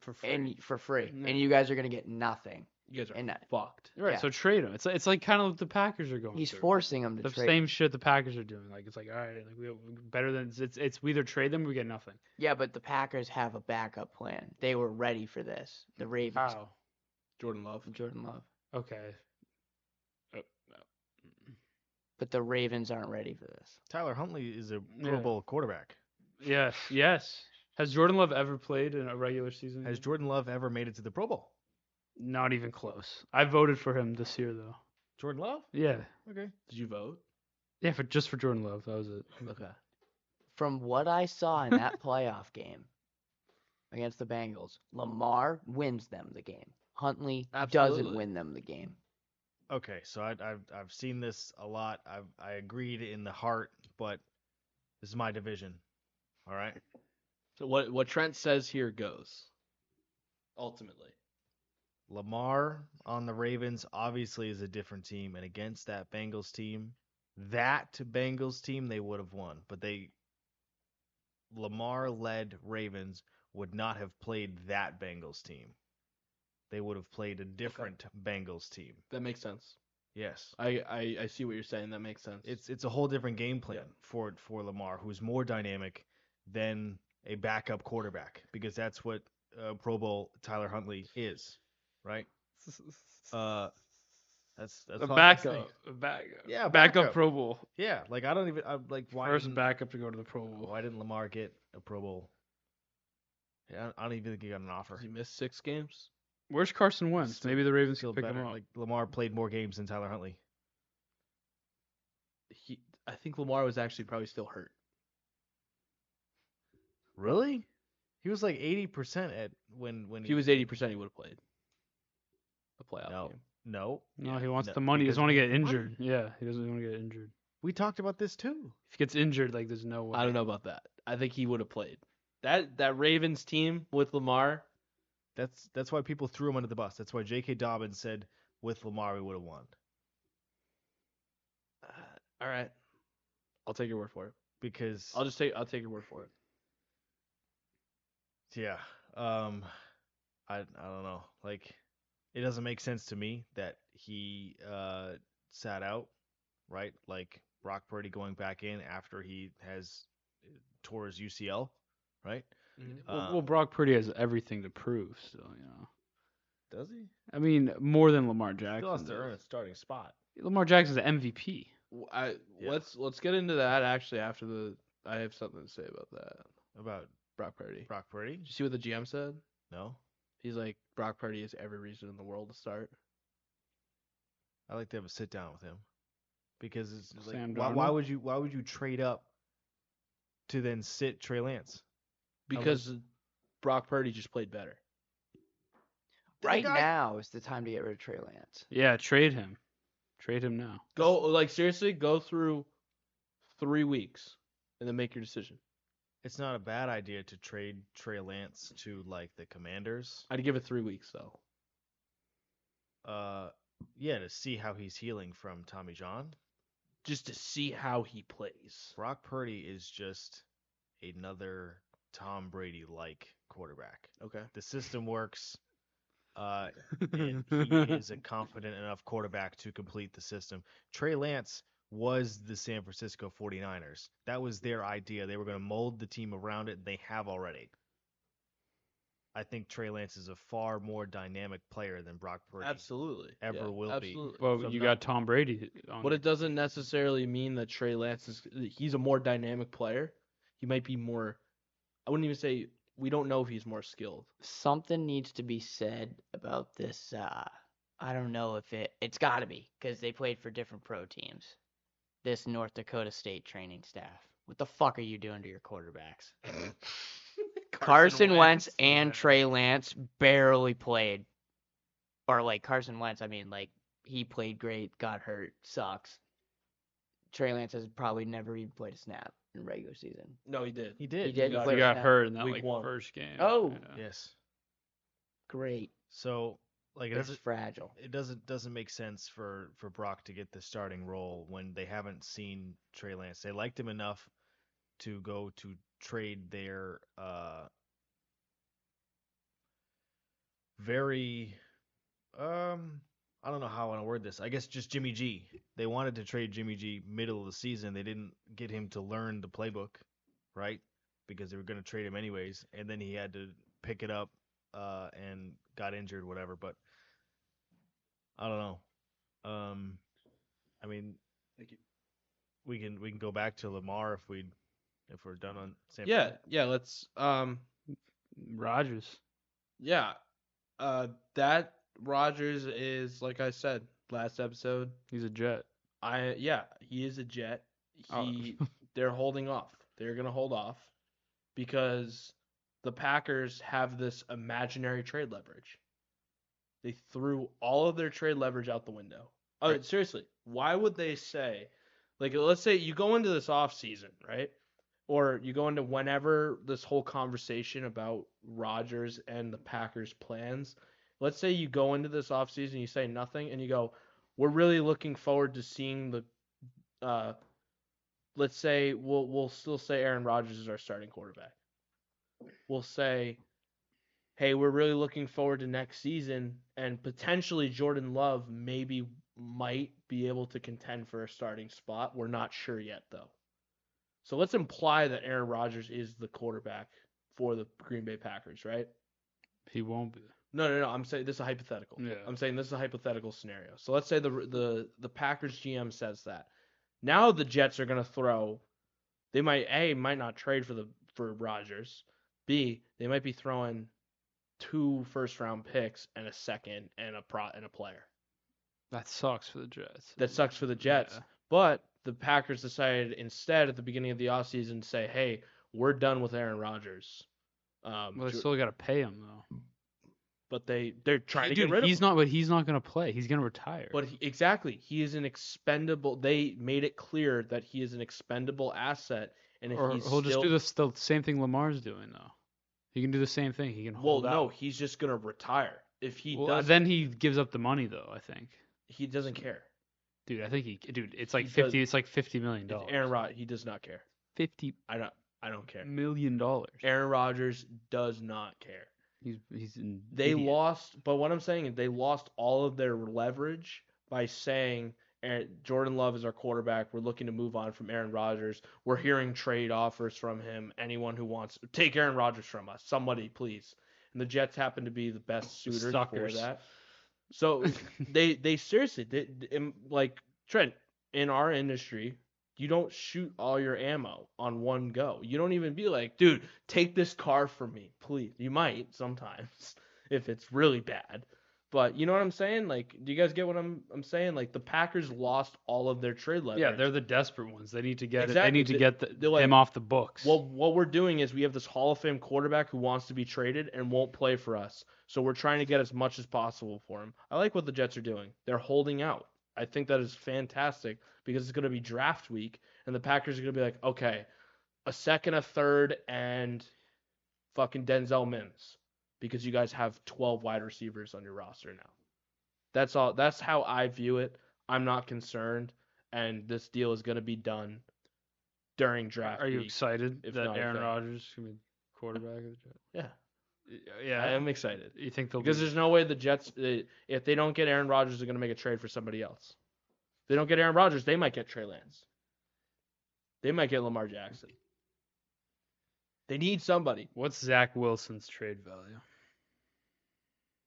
D: for free.
C: and for free,
D: No.
C: and you guys are gonna get nothing.
B: You guys are
C: And uh, that-
B: fucked.
D: right,
C: yeah.
D: so trade him. It's like, it's like kind of what the Packers are going.
C: He's
D: through.
C: forcing them to
D: the
C: trade.
D: same shit the Packers are doing. Like it's like all right, like we better than it's it's, it's we either trade them or we get nothing.
C: Yeah, but the Packers have a backup plan. They were ready for this. The Ravens,
D: How?
B: Jordan Love.
C: Jordan Love,
D: Okay.
C: but the Ravens aren't ready for this.
A: Tyler Huntley is a Pro
D: Yeah.
A: Bowl quarterback.
D: Yes. Yes. Has Jordan Love ever played in a regular season?
A: Has
D: game?
A: Jordan Love ever made it to the Pro Bowl?
D: Not even close. I voted for him this year though.
A: Jordan Love?
D: Yeah.
A: Okay.
B: Did you vote?
D: Yeah, for just for Jordan Love, that was it.
B: Okay.
C: From what I saw in that playoff game against the Bengals, Lamar wins them the game. Huntley doesn't
B: Absolutely.
C: win them the game.
A: Okay, so I, I've I've seen this a lot. I've I agreed in the heart, but this is my division. All right.
B: So what what Trent says here goes. Ultimately.
A: Lamar on the Ravens obviously is a different team, and against that Bengals team, that Bengals team they would have won, but they Lamar led Ravens would not have played that Bengals team. They would have played a different Bengals team.
B: That makes sense.
A: Yes.
B: I, I I see what you're saying. That makes sense.
A: It's it's a whole different game plan for for Lamar, who's more dynamic than a backup quarterback because that's what uh, Pro Bowl Tyler Huntley is, right? Uh, that's that's all
D: a
A: I can
D: backup,
A: say.
D: a backup,
A: Yeah,
D: backup,
A: backup.
D: Pro Bowl.
A: Yeah, like I don't even I'm like why
D: First
A: didn't,
D: backup to go to the Pro Bowl.
A: why didn't Lamar get a Pro Bowl Yeah, I I don't even think he got an offer.
B: He missed six games.
D: Where's Carson Wentz?
A: Still-
D: Maybe the Ravens
A: Feel
D: can pick him
A: better.
D: up.
A: Like Lamar played more games than Tyler Huntley.
B: He, I think Lamar was actually probably still hurt.
A: Really? He was like eighty percent at when when
B: If he was eighty percent, he would have played a playoff
A: No.
B: game.
A: No,
D: no, he wants
A: no,
D: the money. He doesn't want to
A: because
D: get injured. Yeah, he doesn't want to get injured.
A: we talked about this too.
D: If he gets injured, like there's no way.
B: I don't know about that. I think he would have played. That that Ravens team with Lamar,
A: That's that's why people threw him under the bus. That's why J.K. Dobbins said with Lamar we would have won
B: uh, all right. I'll take your word for it.
A: because
B: I'll just take I'll take your word for it.
A: yeah. Um, I I don't know. Like, it doesn't make sense to me that he uh sat out, right? Like Brock Purdy going back in after he has uh, tore his UCL, right?
D: Well,
A: Uh,
D: well, Brock Purdy has everything to prove still. You know.
A: Does he?
D: I mean, more than Lamar Jackson.
A: Still has to
D: does.
A: earn a starting spot.
D: Lamar Jackson's an MVP.
B: W- I
A: Yeah.
B: let's let's get into that actually after the I have something to say about that.
A: About
B: Brock Purdy.
A: Brock Purdy?
B: Did you see what the GM said?
A: No,
B: He's like Brock Purdy has every reason in the world to start.
A: I like to have a sit down with him because it's like
D: Sam
A: why, why
D: Darnold?
A: would you why would you trade up to then sit Trey Lance? like-
B: Because Brock Purdy just played better.
C: Right
A: guy-
C: now is the time to get rid of Trey Lance.
D: Yeah, trade him. Trade him now.
B: Go like seriously, go through three weeks and then make your decision.
A: It's not a bad idea to trade Trey Lance to like the Commanders.
B: I'd give it three weeks though.
A: Uh, yeah, to see how he's healing from Tommy John.
B: Just to see how he plays.
A: Brock Purdy is just another Tom Brady like quarterback.
B: Okay.
A: The system works. Uh, and he is a confident enough quarterback to complete the system. Trey Lance was the San Francisco 49ers. That was their idea. They were going to mold the team around it, and they have already. I think Trey Lance is a far more dynamic player than Brock Purdy.
B: Absolutely.
A: Ever will be.
B: absolutely.
D: well,
A: So
D: you
A: no-
D: got Tom Brady. On
B: But it doesn't necessarily mean that Trey Lance is he's a more dynamic player. He might be more I wouldn't even say we don't know if he's more skilled.
C: Something needs to be said about this. Uh, I don't know if it. It's got to be because they played for different pro teams. This North Dakota State training staff. What the fuck are you doing to your quarterbacks? Carson, Wentz, and Trey Lance barely played. Or like Carson Wentz, I mean, like he played great, got hurt, sucks. Trey Lance has probably never even played a snap in regular season.
B: No, he did.
A: He did.
C: He did.
D: he got,
B: Wait,
C: yeah.
D: hurt in that
B: Week
D: like
B: one.
D: first game.
C: Oh.
D: yeah.
A: Yes.
C: Great.
A: So like it
C: It's
A: doesn't
C: fragile.
A: it doesn't doesn't make sense for for Brock to get the starting role when they haven't seen Trey Lance. They liked him enough to go to trade their uh very um I don't know how I want to word this. I guess just Jimmy G. They wanted to trade Jimmy G middle of the season. They didn't get him to learn the playbook, right? Because they were going to trade him anyways, and then he had to pick it up uh and got injured whatever, but I don't know. Um, I mean, we can we can go back to Lamar if we if we're done on San.
B: Yeah, yeah, let's um
D: Rodgers.
B: yeah. Uh that Rogers is like I said last episode.
D: He's a Jet.
B: I yeah, he is a jet.
D: Oh.
B: He they're holding off. They're gonna hold off because the Packers have this imaginary trade leverage. They threw all of their trade leverage out the window. Oh,
D: Right.
B: seriously, why would they say, like, let's say you go into this off season, right? Or you go into whenever this whole conversation about Rodgers and the Packers' plans. Let's say you go into this offseason, you say nothing, and you go, we're really looking forward to seeing the uh let's say we'll we'll still say Aaron Rodgers is our starting quarterback. We'll say hey, we're really looking forward to next season and potentially Jordan Love maybe might be able to contend for a starting spot. We're not sure yet though. So let's imply that Aaron Rodgers is the quarterback for the Green Bay Packers, right?
D: He won't be.
B: No, no, no. I'm saying this is a hypothetical.
D: Yeah.
B: I'm saying this is a hypothetical scenario. So let's say the the the Packers GM says that. Now the Jets are going to throw. They might a might not trade for the for Rodgers B, they might be throwing two first round picks and a second and a pro and a player.
D: That sucks for the Jets.
B: That sucks for the Jets.
D: Yeah.
B: But the Packers decided instead at the beginning of the offseason to say, hey, we're done with Aaron Rodgers. Um,
D: Well, they
B: Ju-
D: still got to pay him though.
B: but they they're trying to
D: Dude,
B: get rid of
D: he's
B: him.
D: not. But he's not going to play. He's going to retire.
B: But he, exactly, he is an expendable. They made it clear that he is an expendable asset, and if
D: or
B: he's
D: he'll
B: still,
D: just do this, the same thing Lamar's doing though. He can do the same thing. He can
B: well,
D: hold
B: no,
D: out.
B: he's just gonna retire. If he
D: Well,
B: does,
D: then he gives up the money though. I think,
B: he doesn't care.
D: dude. I think he, dude. It's like
B: He does-
D: fifty. It's like fifty million
B: It's
D: dollars.
B: Aaron Rod, he does not care.
D: Fifty
B: I don't, I don't care.
D: million dollars.
B: Aaron Rodgers does not care.
D: He's he's an
B: They
D: idiot.
B: lost, but what I'm saying is they lost all of their leverage by saying Aaron, Jordan Love is our quarterback. We're looking to move on from Aaron Rodgers. We're hearing trade offers from him. Anyone who wants take Aaron Rodgers from us, somebody please. And the Jets happen to be the best suitors
D: Suckers.
B: for that. So they they seriously they, in, like Trent in our industry, you don't shoot all your ammo on one go. You don't even be like, dude, take this car from me, please. You might sometimes if it's really bad. But you know what I'm saying? Like, do you guys get what I'm I'm saying? Like the Packers lost all of their trade leverage.
D: Yeah, they're the desperate ones. They need to get it.
B: Exactly.
D: They need to
B: They-
D: get the,
B: they're like-
D: him off the books.
B: well, what we're doing is we have this Hall of Fame quarterback who wants to be traded and won't play for us. So we're trying to get as much as possible for him. I like what the Jets are doing. They're holding out. I think that is fantastic because it's going to be draft week and the Packers are going to be like, okay, a second, a third, and fucking Denzel Mims because you guys have 12 wide receivers on your roster now. That's all. That's how I view it. I'm not concerned, and this deal is going to be done during draft.
D: Are you
B: week.
D: excited
B: if
D: that
B: not,
D: Aaron
B: then-
D: Rodgers can be quarterback of the Jets?
B: Yeah,
D: Y- Yeah,
B: I am excited
D: You think they'll
B: because
D: be-
B: there's no way the Jets, uh, if they don't get Aaron Rodgers, they're going to make a trade for somebody else. If they don't get Aaron Rodgers, they might get Trey Lance. They might get Lamar Jackson. They need somebody.
D: what's Zach Wilson's trade value?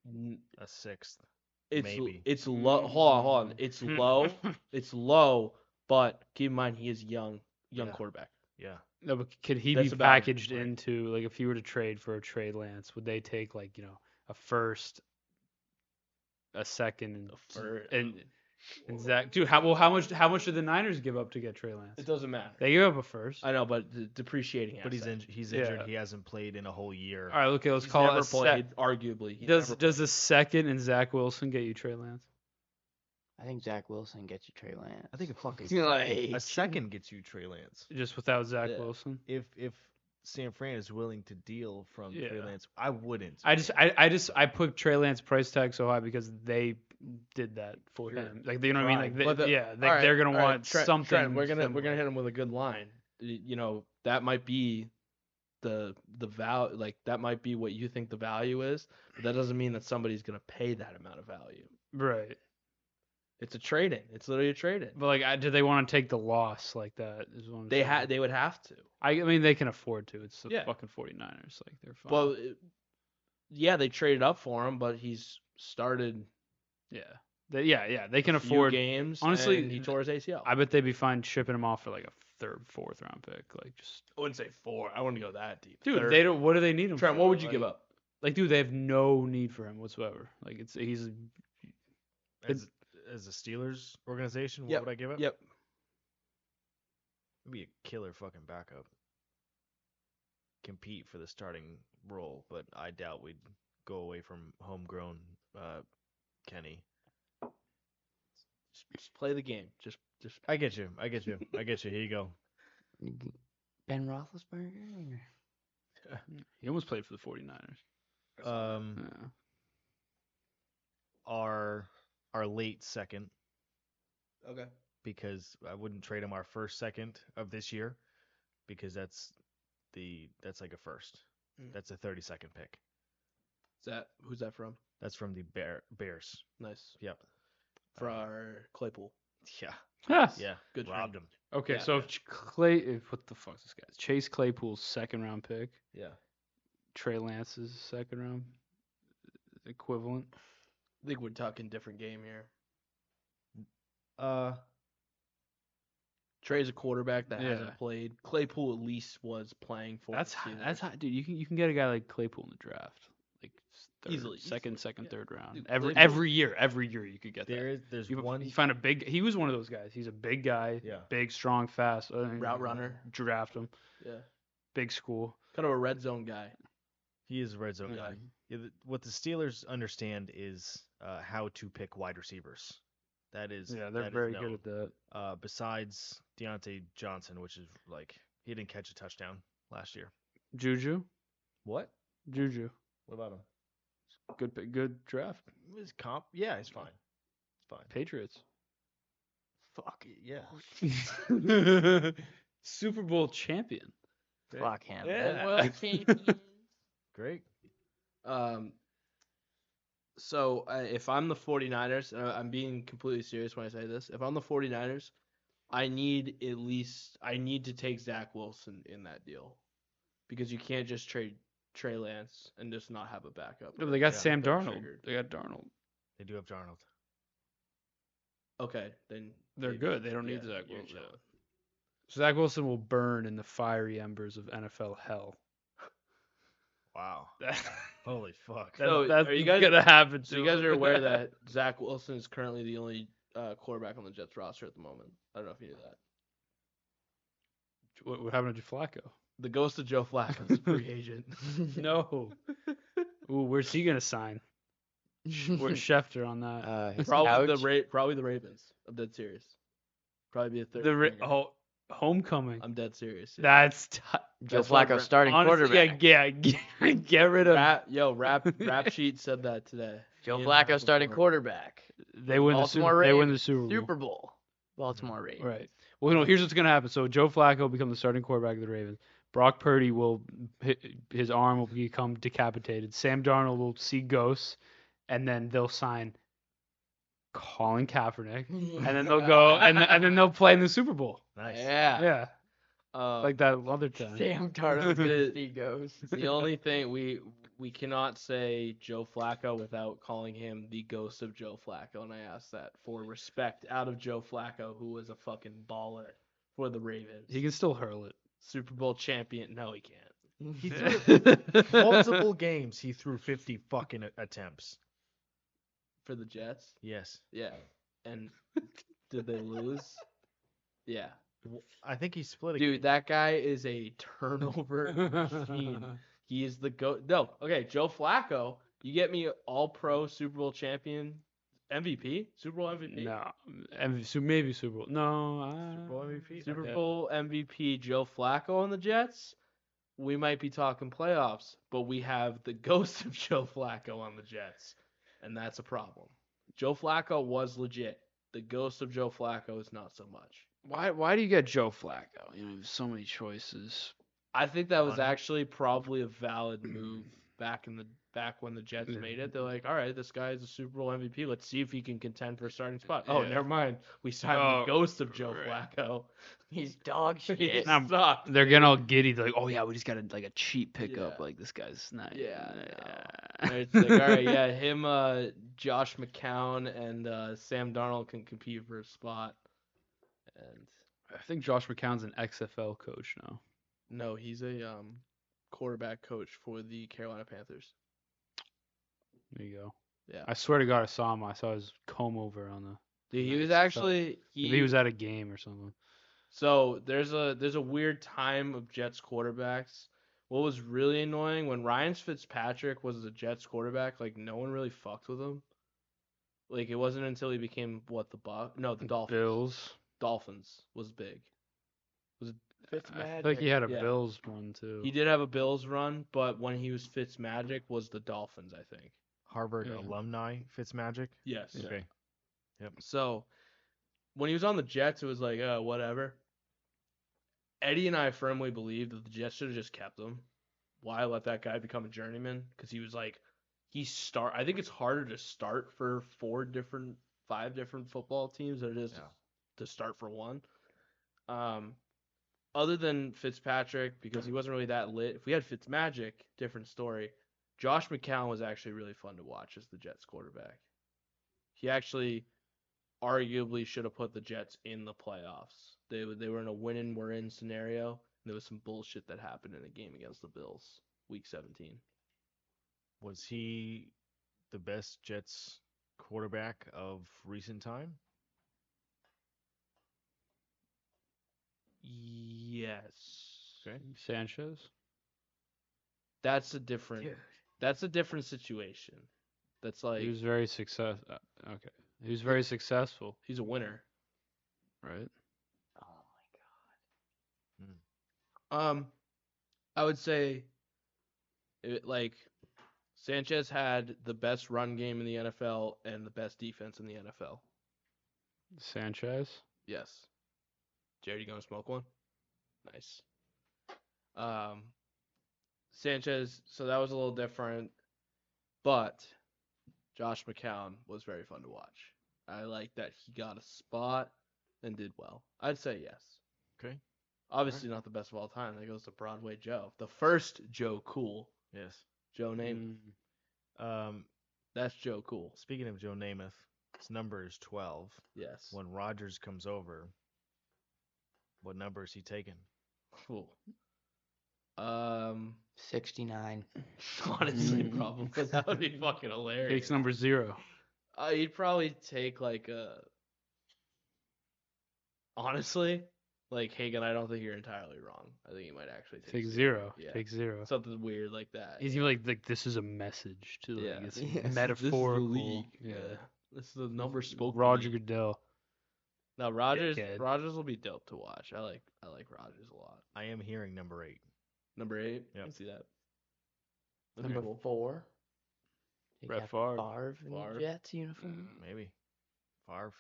B: N-
A: A sixth.
B: It's
A: Maybe.
B: it's low. Hold on, hold on. It's low. it's low. But keep in mind, he is young, young
A: Yeah.
B: quarterback.
A: Yeah.
D: No, but could he
B: That's
D: be
B: about it,
D: packaged
B: right.
D: into like if you were to trade for a trade Lance, would they take like you know a first, a second, and
B: A fir-
D: and, and Zach? Dude, how well how much how much did the Niners give up to get Trey Lance?
B: It doesn't matter.
D: They gave up a first.
B: I know, but the depreciating.
A: But he's
B: asset.
A: in, he's
D: Yeah.
A: injured. He hasn't played in a whole year.
D: All right, okay, let's
B: He's
D: call it
B: never
D: a sec-
B: played. Arguably, he's
D: Does
B: never
D: does a second and Zach Wilson get you Trey Lance?
C: I think Zach Wilson gets you Trey Lance.
A: I think a fucking a
C: like
A: second gets you Trey Lance.
D: Just without Zach
A: Yeah.
D: Wilson?
A: If if San Fran is willing to deal from Trey
D: Yeah.
A: Lance, I wouldn't.
D: I just I, I just I put Trey Lance price tag so high because they did that for
B: Sure.
D: him. Like you know what I mean?
B: Right.
D: Like they,
B: But the-
D: yeah, they,
B: All right,
D: they're gonna
B: all right,
D: want
B: Trent-
D: something.
B: Trent, we're gonna we're
D: similar.
B: gonna hit him with a good line. Y- You know that might be the the val like that might be what you think the value is, but that doesn't mean that somebody's gonna pay that amount of value.
D: right.
B: It's a trade in. It's literally a trade in.
D: But like, I, do they want to take the loss like that? Is what I'm
B: They
D: saying.
B: had they would have to.
D: I, I mean, they can afford to. It's the
B: Yeah.
D: fucking 49ers. Like they're fine.
B: Well, it- yeah, they traded up for him, but he's started
D: yeah, they, yeah, yeah. They can
B: a few
D: afford.
B: games.
D: honestly,
B: and he tore his ACL.
D: I bet they'd be fine shipping him off for like a third, fourth round pick. Like just
B: wouldn't say four. I wouldn't go that deep.
D: dude,
B: Third.
D: they don't. What do they need him?
B: Trent,
D: for?
B: what would you
D: Like-
B: give up?
D: Like, dude, they have no need for him whatsoever. Like it's he's
A: as as a Steelers organization, what
B: Yep,
A: would I give up?
B: Yep.
A: It'd be a killer fucking backup. Compete for the starting role, but I doubt we'd go away from homegrown uh, Kenny.
B: Just- Just play the game. Just just
A: I get you. I get you. I get you. Here you go.
C: Ben Roethlisberger. or-
D: he almost played for the 49ers.
A: Um,
D: Yeah.
A: our our late second
B: Okay.
A: because I wouldn't trade him our first second of this year because that's the that's like a first.
B: Mm.
A: That's a 30 second pick.
B: Is that who's that from?
A: That's from the Bear Bears.
B: Nice.
A: Yep.
B: For
A: Uh,
B: our Claypool.
A: yeah.
D: Yes.
A: Yeah.
B: Good for him.
A: Robbed him.
D: Okay,
B: Yeah.
D: so if Ch- Clay, if, what the fuck's this guy? Chase Claypool's second round pick,
A: Yeah.
D: Trey Lance's second round equivalent.
B: I think we're talking different game here.
A: Uh
B: Trey's a quarterback that
D: Yeah.
B: hasn't played. Claypool at least was playing for.
D: That's
B: the
D: high,
B: Steelers.
D: that's high, dude. You can you can get a guy like Claypool in the draft, like s- third,
B: Easily,
D: second,
B: easily,
D: second,
B: yeah.
D: third round.
B: Dude,
D: every
B: Claypool-
D: every year, every year you could get
A: There
D: that.
A: is there's
D: You,
A: one
D: you find a big. He was one of those guys. He's a big guy,
A: yeah.
D: big, strong, fast. I think
B: route runner.
D: Draft him.
B: Yeah,
D: Big school.
B: kind of a red zone guy.
A: He is a red zone
D: Mm.
B: Yeah.
A: guy. Yeah, th- what the Steelers understand is uh, how to pick wide receivers. That is
D: Yeah, they're
A: that is
D: very good
A: known.
D: at that.
A: Uh, besides Deontay Johnson, which is like he didn't catch a touchdown last year.
D: Juju,
A: What?
D: Juju.
A: What about him?
D: Good pick- good draft.
A: His comp? Yeah, he's fine. It's fine.
D: Patriots.
A: Fuck yeah.
D: Super Bowl champion.
C: Fuck him.
D: Yeah.
A: Great.
B: Um, so uh, if I'm the 49ers, and I- I'm being completely serious when I say this, if I'm the 49ers, I need at least I need to take Zach Wilson in that deal, because you can't just trade Trey Lance and just not have a backup.
D: No, but Oh, they got
A: Yeah,
D: Sam
B: they're
D: Darnold.
B: triggered.
D: They got Darnold.
A: They do have Darnold.
B: Okay, then
D: They're
B: they-
D: good. They don't need
B: yeah,
D: Zach
B: you're
D: Wilson.
B: chilling.
D: Zach Wilson will burn in the fiery embers of NFL hell.
A: Wow.
D: That,
A: Holy fuck.
B: So,
D: that- that's
B: are you guys-
D: gonna happen.
B: So
D: to
B: you guys are
D: him.
B: aware that Zach Wilson is currently the only uh, quarterback on the Jets roster at the moment. I don't know if you knew that.
D: what, what happened to Flacco?
B: The ghost of Joe Flacco is a free agent.
D: No. Ooh, where's he gonna sign? Where's Schefter on that?
C: uh, his
B: Probably the
C: couch?
B: Ra- probably the Ravens. I'm dead serious. Probably be a third.
D: the Ra-
B: string.
D: oh, homecoming.
B: I'm dead serious. yeah.
D: That's t-
C: Joe
B: That's why
C: Flacco
B: Bra-
C: starting
D: honestly, yeah,
C: quarterback.
D: yeah, get, get rid of.
B: Rap, yo, rap, rap sheet said that today.
C: Joe
B: Me and
C: Flacco
B: Malcolm
C: starting
B: were-
C: quarterback.
D: They win the
C: Baltimore
D: Super. They win the
C: Ravens,
D: Super Bowl.
C: Super Bowl. Baltimore Ravens.
D: Right. Well, no. Here's what's gonna happen. So Joe Flacco will become the starting quarterback of the Ravens. Brock Purdy will hi- his arm will become decapitated. Sam Darnold will see ghosts, and then they'll sign Colin Kaepernick, and then they'll go and th- and then they'll play in the Super Bowl.
A: Nice.
C: Yeah.
D: Yeah,
B: Uh,
D: like that other time.
C: Sam Darnold's gonna see ghosts.
B: the only thing we we cannot say Joe Flacco without calling him the ghost of Joe Flacco, and I ask that for respect out of Joe Flacco, who was a fucking baller for the Ravens.
D: He can still hurl it.
B: Super Bowl champion. No, he can't.
A: He threw multiple games. He threw 50 fucking a- attempts.
B: For the Jets.
A: Yes.
B: Yeah. And did they lose? Yeah.
A: W- I think he split a
B: Dude, that guy is a turnover machine. He is the go. No, okay, Joe Flacco. You get me All Pro Super Bowl champion, MVP, Super Bowl MVP,
D: no, and so maybe Super Bowl. No, I...
A: Super Bowl MVP?
B: Super
D: Okay.
B: Bowl MVP Joe Flacco on the Jets. We might be talking playoffs, but we have the ghost of Joe Flacco on the Jets, and that's a problem. Joe Flacco was legit. The ghost of Joe Flacco is not so much.
D: Why? Why do you get Joe Flacco? You know, there's so many choices.
B: I think that was
A: Honor.
B: actually probably a valid move back in the back when the Jets
D: Yeah.
B: made it. They're like, all right, this guy is a Super Bowl MVP. Let's see if he can contend for a starting spot. Oh,
D: Yeah.
B: never mind. We signed
D: Oh,
B: the ghost of Joe
D: right.
B: Flacco.
C: He's dog
B: He
C: shit.
D: Nah,
B: sucked.
D: They're getting all giddy. They're like, oh yeah, we just got a, like a cheap pickup.
B: Yeah.
D: Like this guy's not.
B: Yeah, I
D: yeah."
B: And It's like, all right, yeah, him, uh, Josh McCown, and uh, Sam Darnold can compete for a spot. And
D: I think Josh McCown's an XFL coach now.
B: no, he's a um, quarterback coach for the Carolina Panthers.
D: There you go.
B: Yeah.
D: I swear to God, I saw him. I saw his comb over on the.
B: Dude, he was
D: Nice. So-
B: actually
D: He, he was at a game or something.
B: So there's a there's a weird time of Jets quarterbacks. What was really annoying when Ryan Fitzpatrick was the Jets quarterback, like no one really fucked with him. Like it wasn't until he became what the Buc no the Dolphins
D: Bills.
B: Dolphins was big.
C: Fitz
D: I feel like he had a
B: Yeah.
D: Bills one too.
B: He did have a Bills run, but when he was Fitz Magic was the Dolphins, I think.
A: Harvard
D: Yeah.
A: alumni Fitzmagic.
B: Yes.
A: Okay.
B: So when he was on the Jets, it was like, oh, whatever. Eddie and I firmly believe that the Jets should have just kept him. Why let that guy become a journeyman? Because he was like, he start. I think it's harder to start for four different, five different football teams than it is
A: Yeah.
B: to start for one. Um, other than Fitzpatrick, because he wasn't really that lit. If we had Fitzmagic, different story. Josh McCown was actually really fun to watch as the Jets quarterback. He actually arguably should have put the Jets in the playoffs They w- they were in a win and we're in scenario. And there was some bullshit that happened in the game against the Bills, Week 17.
A: Was he the best Jets quarterback of recent time?
B: Yes.
A: Okay.
D: Sanchez.
B: That's a different.
C: Dude.
B: That's a different situation. That's like
D: he was very success. uh, Okay, he was very successful,
B: he's a winner.
D: right?
C: Oh my god.
B: Um, I would say, it, like, Sanchez had the best run game in the NFL and the best defense in the NFL.
D: Sanchez.
B: Yes. Jared, you gonna smoke one? Nice. Um, Sanchez. So that was a little different, but Josh McCown was very fun to watch. I like that he got a spot and did well. I'd say yes.
A: Okay.
B: Obviously not the best of all time. That goes to Broadway Joe, the first Joe Cool.
A: Yes.
B: Joe name.
D: Mm. Hmm.
A: Um,
B: That's Joe Cool.
A: speaking of Joe Namath, his number is 12.
B: Yes.
A: When Rogers comes over, what number is he taking?
B: Cool. Um,
C: 69.
B: honestly, probably that would be fucking hilarious.
D: Takes number zero.
B: Uh, he'd probably take like uh, a. Honestly, like Hagen, I don't think you're entirely wrong. I think he might actually take,
D: Take
B: zero.
D: zero.
B: Yeah.
D: Take zero.
B: something weird like that.
D: He's even like like this is a message to like
B: Yeah.
D: it's
C: Yes. This is the
D: metaphorical.
B: Yeah.
D: Yeah.
B: This is the number spoke. to
D: Roger
B: me.
D: Goodell.
B: Now Rogers,
D: Dickhead.
B: Rogers will be dope to watch. I like, I like Rogers a lot.
A: I am hearing number 8.
B: Number eight,
A: Yep.
B: I can see that. That'd be
C: Number
B: cool.
C: four. They
D: Brett
C: got
D: Favre.
C: Favre in
B: Favre.
C: the Jets uniform.
A: Maybe. Favre.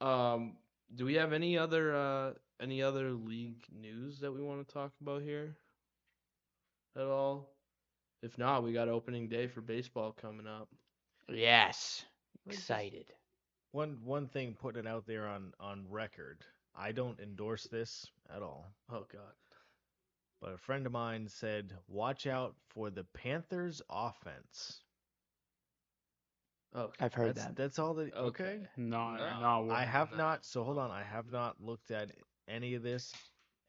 B: Um, do we have any other uh any other league news that we want to talk about here at all? If not, we got opening day for baseball coming up.
D: Mm.
C: Yes. Excited.
A: One one thing putting it out there on on record. I don't endorse this at all.
B: Oh god.
A: But a friend of mine said, "Watch out for the Panthers offense."
B: Oh,
C: I've heard
A: That's
C: that.
A: that's all that okay.
B: okay.
D: Not
B: No,
D: not
A: I
D: working.
A: have not. So hold on. I have not looked at any of this.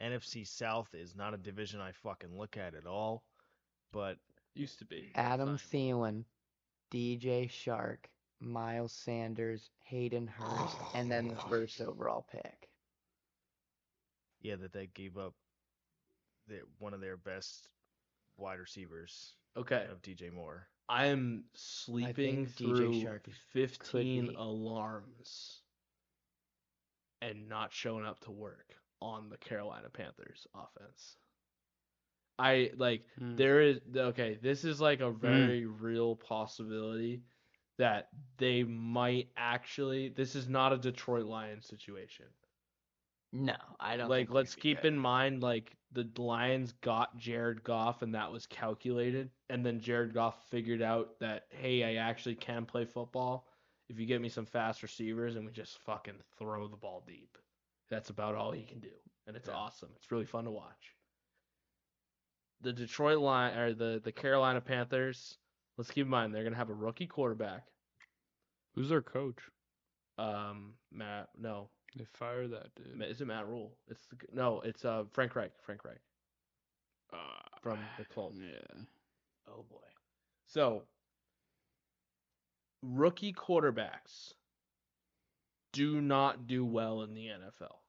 A: NFC South is not a division I fucking look at at all. But
B: Used to be.
C: Adam
B: Sign.
C: Thielen, DJ Shark, Miles Sanders, Hayden Hurst, and then the first overall pick.
A: yeah, that they gave up their, one of their best wide receivers
B: Okay.
A: of DJ Moore.
B: I am sleeping
C: think DJ
B: through
C: Shark is-
B: fifteen
C: be.
B: alarms and not showing up to work on the Carolina Panthers offense. I like
D: Hmm.
B: There is okay. This is like a very real possibility that they might actually. This is not a Detroit Lions situation.
C: No, I don't.
B: Like, let's keep in mind, like the Lions got Jared Goff, and that was calculated. And then Jared Goff figured out that hey, I actually can play football if you get me some fast receivers, and we just fucking throw the ball deep. That's about all he can do, and it's awesome. It's really fun to watch. The Detroit line or the the Carolina Panthers. Let's keep in mind they're gonna have a rookie quarterback.
D: Who's their coach?
B: Um, Matt, no,
D: They fired that dude.
B: Ma- is it Matt Rule? It's the, no, it's uh Frank Reich. Frank Reich.
D: Ah,
B: from
C: Uh,
B: the Colts.
D: Yeah.
B: Oh boy. So, rookie quarterbacks do not do well in the NFL.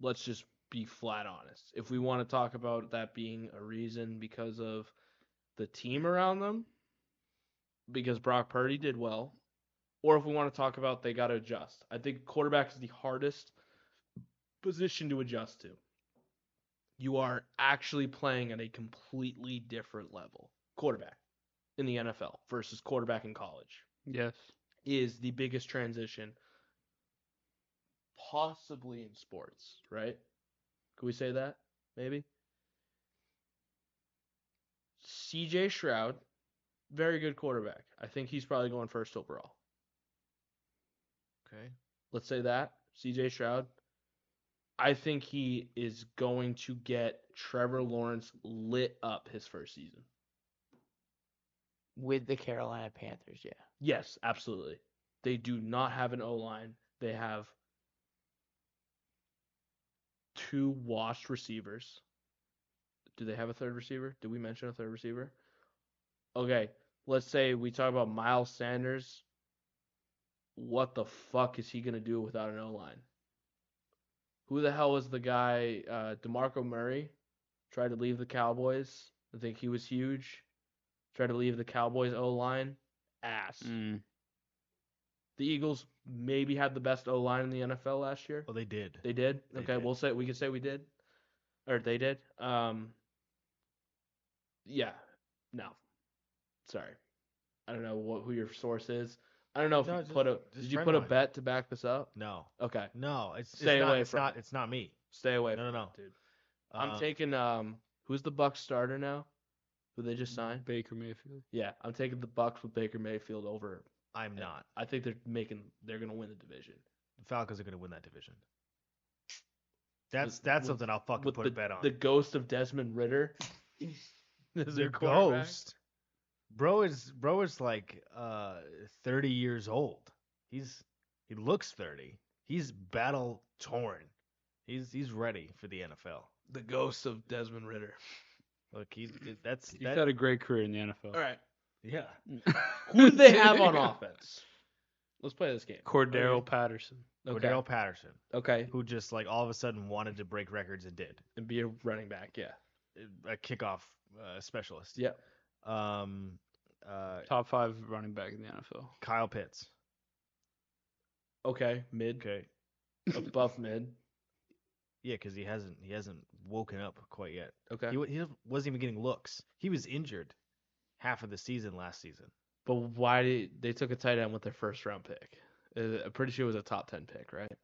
B: Let's just be flat honest. If we want to talk about that being a reason because of the team around them, because Brock Purdy did well, or if we want to talk about they got to adjust. I think quarterback is the hardest position to adjust to you are actually playing at a completely different level. Quarterback in the NFL versus quarterback in college
D: Yes.
B: is the biggest transition possibly in sports, right? Could we say that? Maybe. CJ Shroud, very good quarterback. I think he's probably going first overall.
A: Okay.
B: Let's say that. CJ Shroud. I think he is going to get Trevor Lawrence lit up his first season.
C: with the Carolina Panthers. Yeah,
B: Yes, absolutely. They do not have an O line. They have two washed receivers. Do they have a third receiver? Did we mention a third receiver? Okay, let's say we talk about Miles Sanders. What the fuck is he gonna do without an O line? Who the hell was the guy? Uh, Demarco Murray tried to leave the Cowboys. I think he was huge. Tried to leave the Cowboys O line. Ass.
D: Mm.
B: The Eagles maybe had the best O line in the NFL last year.
A: Well, they did.
B: They did.
A: Oh, They
B: okay,
A: did.
B: we'll say we can say we did, or they did. Um. Yeah. No. Sorry. I don't know what who your source is. I don't know if
A: No,
B: you
A: just-
B: put a
A: just
B: did you
A: friend
B: put a
A: mine.
B: bet to back this up?
A: No,
B: Okay,
A: no, it's, it's
B: Stay
A: not.
B: away
A: it's
B: from
A: not. It's not me.
B: stay away.
A: No,
B: from
A: no,
B: it,
A: no.
B: dude. I'm
A: Uh,
B: taking um. Who's the Bucks starter now? Who they just signed?
D: Baker Mayfield.
B: Yeah, I'm taking the Bucks with Baker Mayfield over.
A: I'm not.
B: I think they're making they're gonna win the division.
A: The Falcons are going to win that division. That's
B: With-
A: that's
B: with-
A: something I'll fucking
B: with
A: put
B: the,
A: a bet on.
B: the ghost of Desmond Ritter. as
A: the
B: their quarterback.
A: ghost bro is bro is like uh 30 years old he's he looks 30 he's battle torn he's he's ready for the nfl
B: The ghost of Desmond Ritter.
A: look he's that's
D: He's
A: that,
D: had a great career in the NFL.
B: All right.
A: yeah
B: Who do they have on offense? Let's play this game.
D: Cordero Patterson.
B: Okay.
A: Cordell patterson
B: Okay.
A: who just like all of a sudden wanted to break records and did
B: And be a running back. Yeah.
A: a kickoff uh, specialist
B: Yep.
A: um uh
D: Top five running back in the NFL.
A: kyle pitts
B: Okay. Mid.
A: okay
B: Above mid.
A: yeah because he hasn't he hasn't woken up quite yet
B: Okay.
A: He, wa- he wasn't even getting looks. He was injured half of the season last season.
B: But why did they took a tight end with their first round pick? Uh, I'm pretty sure it was a top ten pick, right? I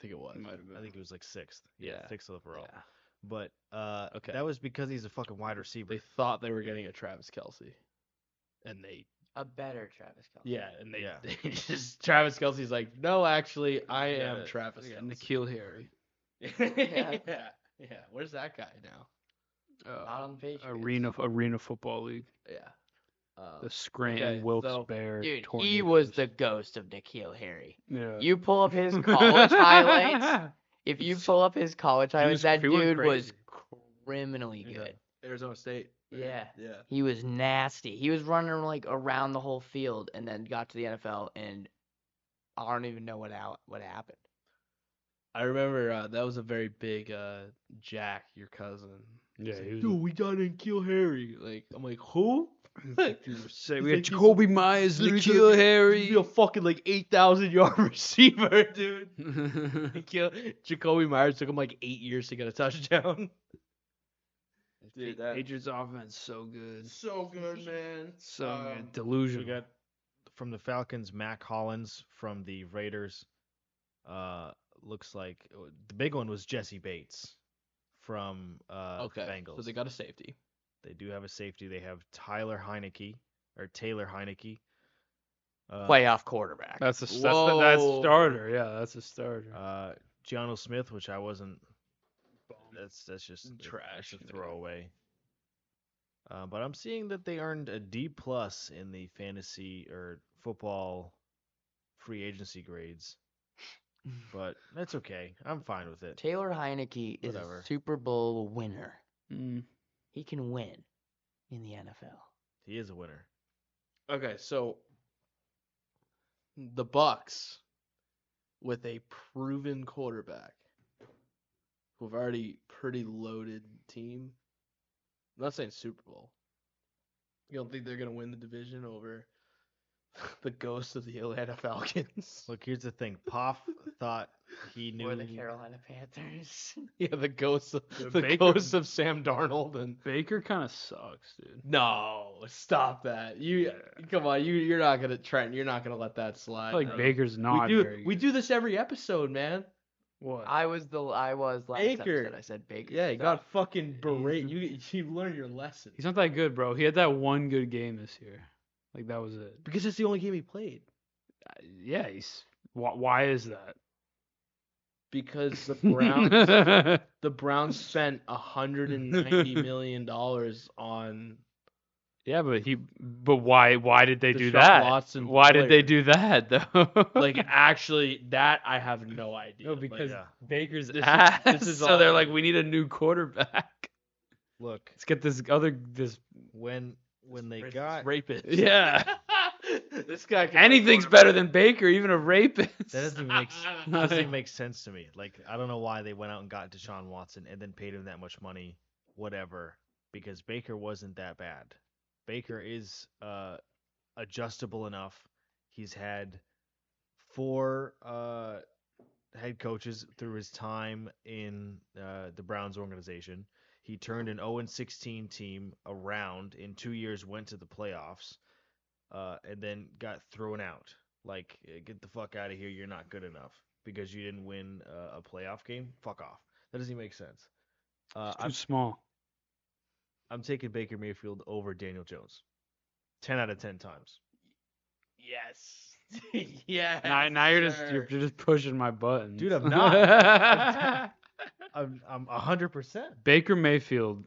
B: think it was.
D: Might have been.
A: I think he was like sixth.
B: Yeah.
A: sixth overall.
B: Yeah.
A: But uh,
B: Okay.
A: that was because he's a fucking wide receiver.
B: They thought they were getting a Travis Kelsey, and they
C: A better Travis Kelsey.
B: yeah, and they,
A: Yeah.
B: they just Travis Kelsey's like, no, actually, I am Travis.
D: Yeah,
B: Kelce."
D: Nikhil Harry.
B: yeah, yeah. Where's that guy now?
C: Not
D: Uh,
C: on the Patriots.
D: arena Arena Football League.
B: Yeah. Uh,
D: The Scranton
B: okay,
D: Wilkes
B: so-
D: Bear.
C: Dude, he
D: Tornadoes.
C: was the ghost of Nikhil Harry.
D: Yeah.
C: You pull up his college highlights. If you pull up his college highlights,
D: was-
C: that
D: he went
C: dude was
D: crazy.
C: criminally
B: Yeah.
C: good.
B: Arizona State.
C: Yeah.
B: Yeah.
C: He was nasty. He was running like around the whole field, and then got to the NFL, and I don't even know what out what happened.
B: I remember uh, that was a very big uh, Jack, your cousin.
D: Yeah,
B: He's
D: he
B: like,
D: was
B: dude,
D: a-
B: we got in kill Harry. Like, I'm like, who? Like,
D: He was sick.
B: he's
D: We had
B: like, he's-
D: Jacoby Myers,
B: he's gonna
D: Nikhil
B: be-
D: Harry.
B: He's a fucking like eight thousand yard receiver, dude. He
D: dude,
B: killed Jacoby Myers took him like eight years to get a touchdown. that-
D: Patriots offense so good.
B: So good, man.
D: So
B: Um,
D: good. Delusional.
A: we got from the Falcons, Mac Hollins from the Raiders. Uh, looks like oh, the big one was Jesse Bates from uh,
B: Okay.
A: the Bengals.
B: So they got a safety.
A: They do have a safety. They have Tyler Heineke or Taylor Heineke. Uh,
C: Playoff quarterback.
D: That's a that's, that's
B: Whoa.
D: starter. Yeah, that's a starter.
A: Uh, Giano Smith, which I wasn't. That's that's just it's-
B: Trash.
A: It's a throwaway. Uh, but I'm seeing that they earned a D plus in the fantasy or football free agency grades. But that's okay. I'm fine with it.
C: Taylor Heineke is
A: Whatever.
C: a Super Bowl winner.
D: Mm.
C: He can win in the NFL.
A: He is a winner.
B: Okay, so the Bucks with a proven quarterback who have already pretty loaded team. I'm not saying Super Bowl. You don't think they're gonna win the division over the ghost of the Atlanta Falcons?
A: Look, here's the thing. Poff thought he knew
C: Or the Carolina Panthers.
B: yeah, the ghost of
D: Dude,
B: the
D: Baker-
B: ghost of Sam Darnold and
D: Baker kind of sucks, dude.
B: No, stop that. You come on, you you're not gonna Trent, you're not gonna let that
D: I
B: slide.
D: feel like
B: bro.
D: Baker's
B: we
D: not
B: do
D: very
B: we
D: good.
B: do this every episode, man.
D: What?
C: I was the I was last
B: Baker.
C: episode. I said Baker.
B: Yeah, you got
C: sucked.
B: fucking berate.
D: Mhm.
B: You you learn your lesson
D: He's not that good, bro. He had that one good game this year. Like that was it.
B: because it's the only game he played.
D: Uh, Yeah, he's. Why, why is that?
B: Because the Browns the Browns spent 190 million dollars on
D: Yeah, but he. But why? Why did they
B: The
D: do
B: Sean
D: that?
B: Watson
D: why did they do
B: player.
D: that though?
B: like actually, that I have no idea.
D: no,
B: Like,
D: because
A: yeah.
D: Baker's
B: This is-
D: ass.
B: this is
D: Ah, so they're
B: all-
D: like, we need a new quarterback.
A: Look,
D: Let's get this other this.
A: when when they
B: this
A: got
B: rapist.
D: Yeah,
B: this guy. could play
D: anything's
B: quarterback.
D: better than Baker, even a rapist.
A: that doesn't even make s- that doesn't even make sense to me. Like I don't know why they went out and got Deshaun Watson and then paid him that much money, whatever, because Baker wasn't that bad. Baker is uh adjustable enough. He's had four uh head coaches through his time in uh, the Browns organization. He turned an 0 16 team around in two years, went to the playoffs, uh, and then got thrown out. Like, eh, get the fuck out of here. You're not good enough because you didn't win uh, a playoff game. Fuck off. That doesn't even make sense. Uh,
D: It's too
A: I'm,
D: small.
A: I'm taking Baker Mayfield over Daniel Jones 10 out of 10 times.
B: Yes. yeah.
D: Now, now you're just you're just pushing my buttons.
A: Dude, I'm not. I'm, I'm 100%.
D: Baker Mayfield.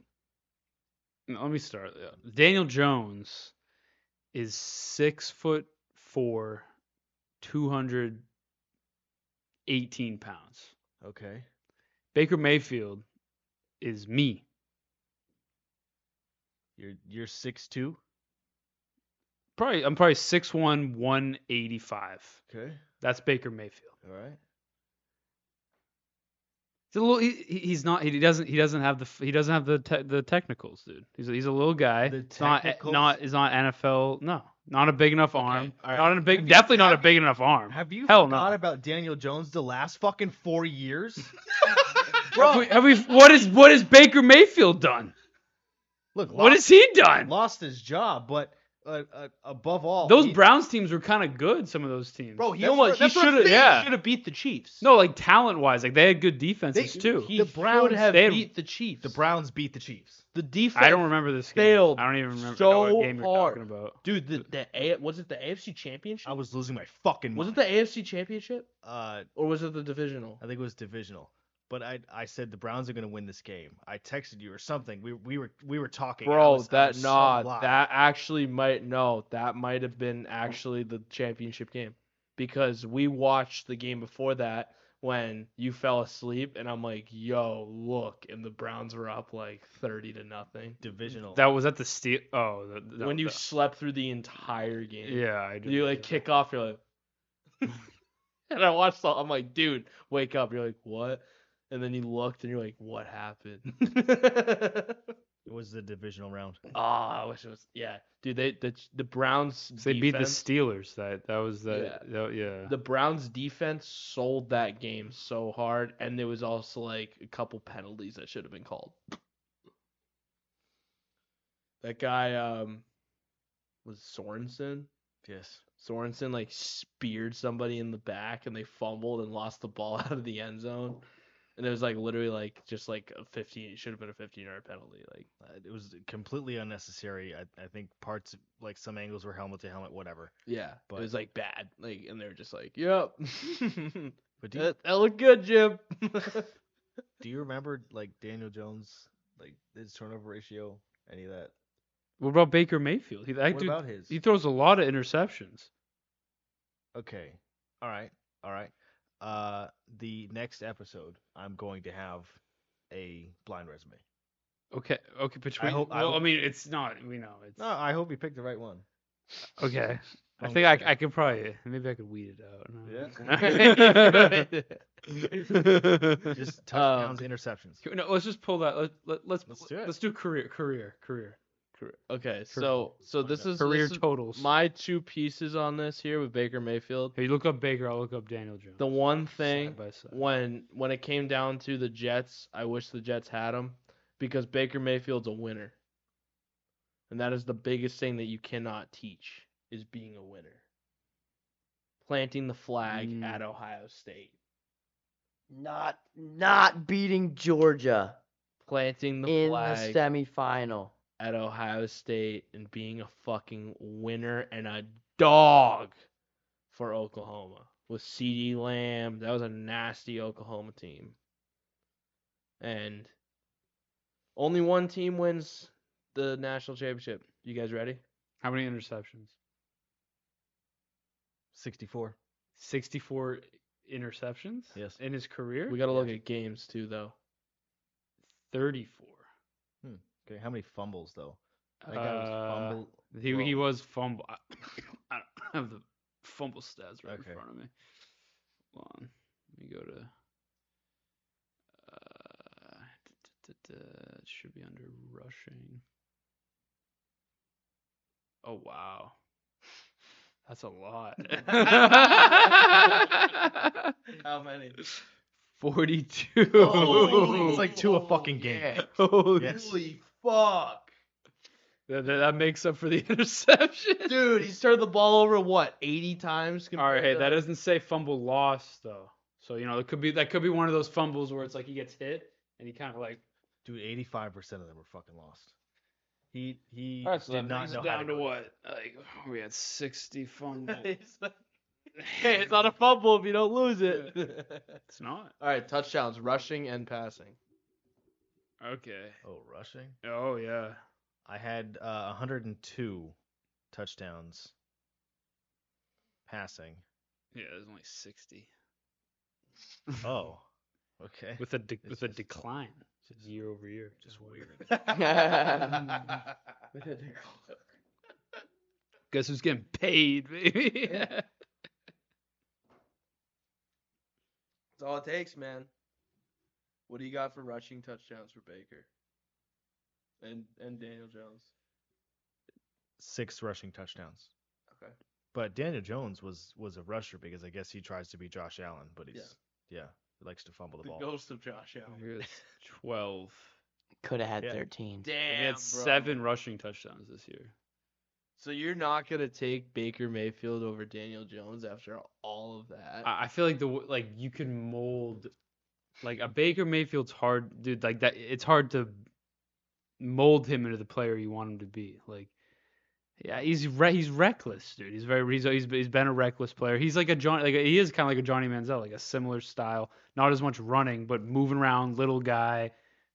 D: no, Let me start. yeah. Daniel Jones is six foot four, two hundred eighteen pounds.
A: Okay.
D: Baker Mayfield is me.
A: You're, you're 6'2.
D: Probably I'm probably six one, one eighty five.
A: Okay.
D: That's Baker Mayfield.
A: All right.
D: He's a little. He, he- he's not. He doesn't. He doesn't have the. f- He doesn't have the te- the technicals, dude. He's a, he's a little guy.
A: The
D: It's not
A: technicals?
D: not is not NFL. No, not a big enough arm.
B: all right.
D: Not a big. Definitely not a big enough arm.
A: Have you
D: Hell no.
A: forgot about Daniel Jones the last fucking four years?
D: Have we, have we, what is what has Baker Mayfield done?
A: Look,
D: What
A: lost,
D: has he done?
A: lost his job, but uh, uh, above all,
D: Those
A: he-
D: Browns teams were kind of good. Some of those teams,
B: Bro, he
A: That's
B: almost
A: what-
B: he
A: that's what I'm
B: should have
A: saying.
D: Yeah.
B: should have beat the Chiefs.
D: No, like talent wise, like they had good defenses
A: They-
D: too.
B: he
A: The
B: should
A: Browns-
B: have
D: they had-
B: beat the Chiefs.
A: the Browns beat the Chiefs.
B: the defense.
D: I don't remember this game.
B: failed
D: I don't even remember
B: so
D: what game you're
B: hard.
D: talking about.
B: Dude, the, the A, was it the AFC Championship?
A: Uh, I was losing my fucking.
B: was it
A: mind.
B: the AFC Championship
A: Uh,
B: or was it the divisional?
A: I think it was divisional. But I, I said the Browns are going to win this game. I texted you or something. We, we were, we were talking. I
B: Bro,
A: was- I
B: that
A: was so
B: nah,
A: locked.
B: that actually might no, that might have been actually the championship game because we watched the game before that when you fell asleep and I'm like, yo, look, and the Browns were up like thirty to nothing.
A: divisional.
D: That was at the steel. Oh, the, the-
B: when you
D: the-
B: slept through the entire game,
D: yeah, I do
B: you like
D: remember.
B: kick off, you're like, and I watched, the, I'm like, dude, wake up, you're like, what? And then you looked and you're like, what happened?
A: it was the divisional round.
B: Oh, I wish it was. Yeah, dude, they the the Browns
D: So they beat the
B: defense-
D: Steelers. That that was the yeah. yeah.
B: the Browns defense sold that game so hard, and there was also like a couple penalties that should have been called. That guy um was Sorensen.
A: Yes.
B: Sorensen like speared somebody in the back, and they fumbled and lost the ball out of the end zone. And it was like literally like just like a 15. It should have been a 15 yard penalty. Like
A: Uh, it was completely unnecessary. I, I think parts, like some angles were helmet to helmet, whatever.
B: yeah,
A: But-
B: it was like bad. Like and they were just like, yep.
A: But do you,
B: That, that looked good, Jim.
A: Do you remember like Daniel Jones, like his turnover ratio, any of that?
D: what about Baker Mayfield? He that
A: what
D: dude,
A: about his?
D: he throws a lot of interceptions.
A: okay, all right, all right. Uh, the next episode, I'm going to have a blind resume.
D: Okay, okay, between. I
A: hope- I
D: well, I,
A: hope-
D: mean, it's not. We know it's
A: No, I hope you picked the right one.
D: Oh, okay. I
A: Don't
D: think I,
A: care.
D: I could probably maybe I could weed it out. no.
A: Just
B: Um,
A: touchdowns, interceptions.
D: Can we- no, let's just pull that. Let, let, let's
A: Let's do it.
D: Let's do career, career, career,
B: okay, so so this is,
D: career
B: this is
D: totals.
B: my two pieces on this here with Baker Mayfield.
D: hey, you look up Baker. I'll look up Daniel Jones.
B: The one
D: side
B: thing
D: by side.
B: when when it came down to the Jets, I wish the Jets had him because Baker Mayfield's a winner, and that is the biggest thing that you cannot teach is being a winner. Planting the flag
D: Mm.
B: at Ohio State,
C: Not not beating Georgia
B: planting the
C: in
B: flag
C: the semifinal.
B: at Ohio State and being a fucking winner and a dog for Oklahoma with CD Lamb. That was a nasty Oklahoma team. And only one team wins the national championship. You guys ready?
D: How many interceptions?
A: 64.
D: 64 interceptions?
A: Yes.
D: In his career?
B: We got to look at games too, though.
D: 34.
A: Okay, how many fumbles though? That guy was
D: Uh,
A: fumble.
D: he, he
A: Whoa.
D: was fumble. I, I don't have the fumble stats right
A: Okay.
D: in front of me. Hold on. Let me go to. Uh, duh, duh, duh, duh, it should be under rushing. Oh, wow. That's a lot.
B: How many?
D: 42.
B: Oh,
A: It's like two a fucking game.
B: yeah.
D: Holy
A: Yes.
B: Holy fuck.
D: That, that, that makes up for the interception.
B: Dude, he's turned the ball over what, 80 times?
D: All right, hey,
B: compared
D: that
B: to-
D: doesn't say fumble loss though. So you know, it could be that could be one of those fumbles where it's like he gets hit and he kind of like
A: Dude, 85% of them were fucking lost. He he
D: All right, so
A: did
D: that
A: not
D: brings
A: know
D: it
A: how
D: down
A: to
D: to
A: go.
D: what? Like oh, we had 60 fumbles.
B: It's like- hey, it's not a fumble if you don't lose it.
D: it's not.
B: All right, touchdowns, rushing and passing.
D: Okay.
A: Oh, rushing?
D: Oh yeah.
A: I had uh, 102 touchdowns passing.
D: Yeah, there's only 60
A: Oh. Okay.
D: with a de-
A: It's
D: with a
A: just-
D: decline year over year. Just weird. Guess who's getting paid, baby?
B: That's all it takes, man. What do you got for rushing touchdowns for Baker? And and Daniel Jones.
A: Six rushing touchdowns.
B: Okay.
A: But Daniel Jones was was a rusher because I guess he tries to be Josh Allen, but
B: Yeah.
A: he's yeah, he likes to fumble the
B: The
A: ball.
B: ghost of Josh Allen.
D: Here's 12.
C: Could have had
A: Yeah.
C: 13.
D: He
B: Damn.
D: had
B: bro.
D: seven rushing touchdowns this year.
B: So you're not gonna take Baker Mayfield over Daniel Jones after all of that.
D: I I feel like the w- like you can mold like a Baker Mayfield's hard dude like that it's hard to mold him into the player you want him to be like yeah he's re- he's reckless dude he's very he's, he's he's been a reckless player he's like a John like he is kind of like a Johnny Manziel like a similar style not as much running but moving around little guy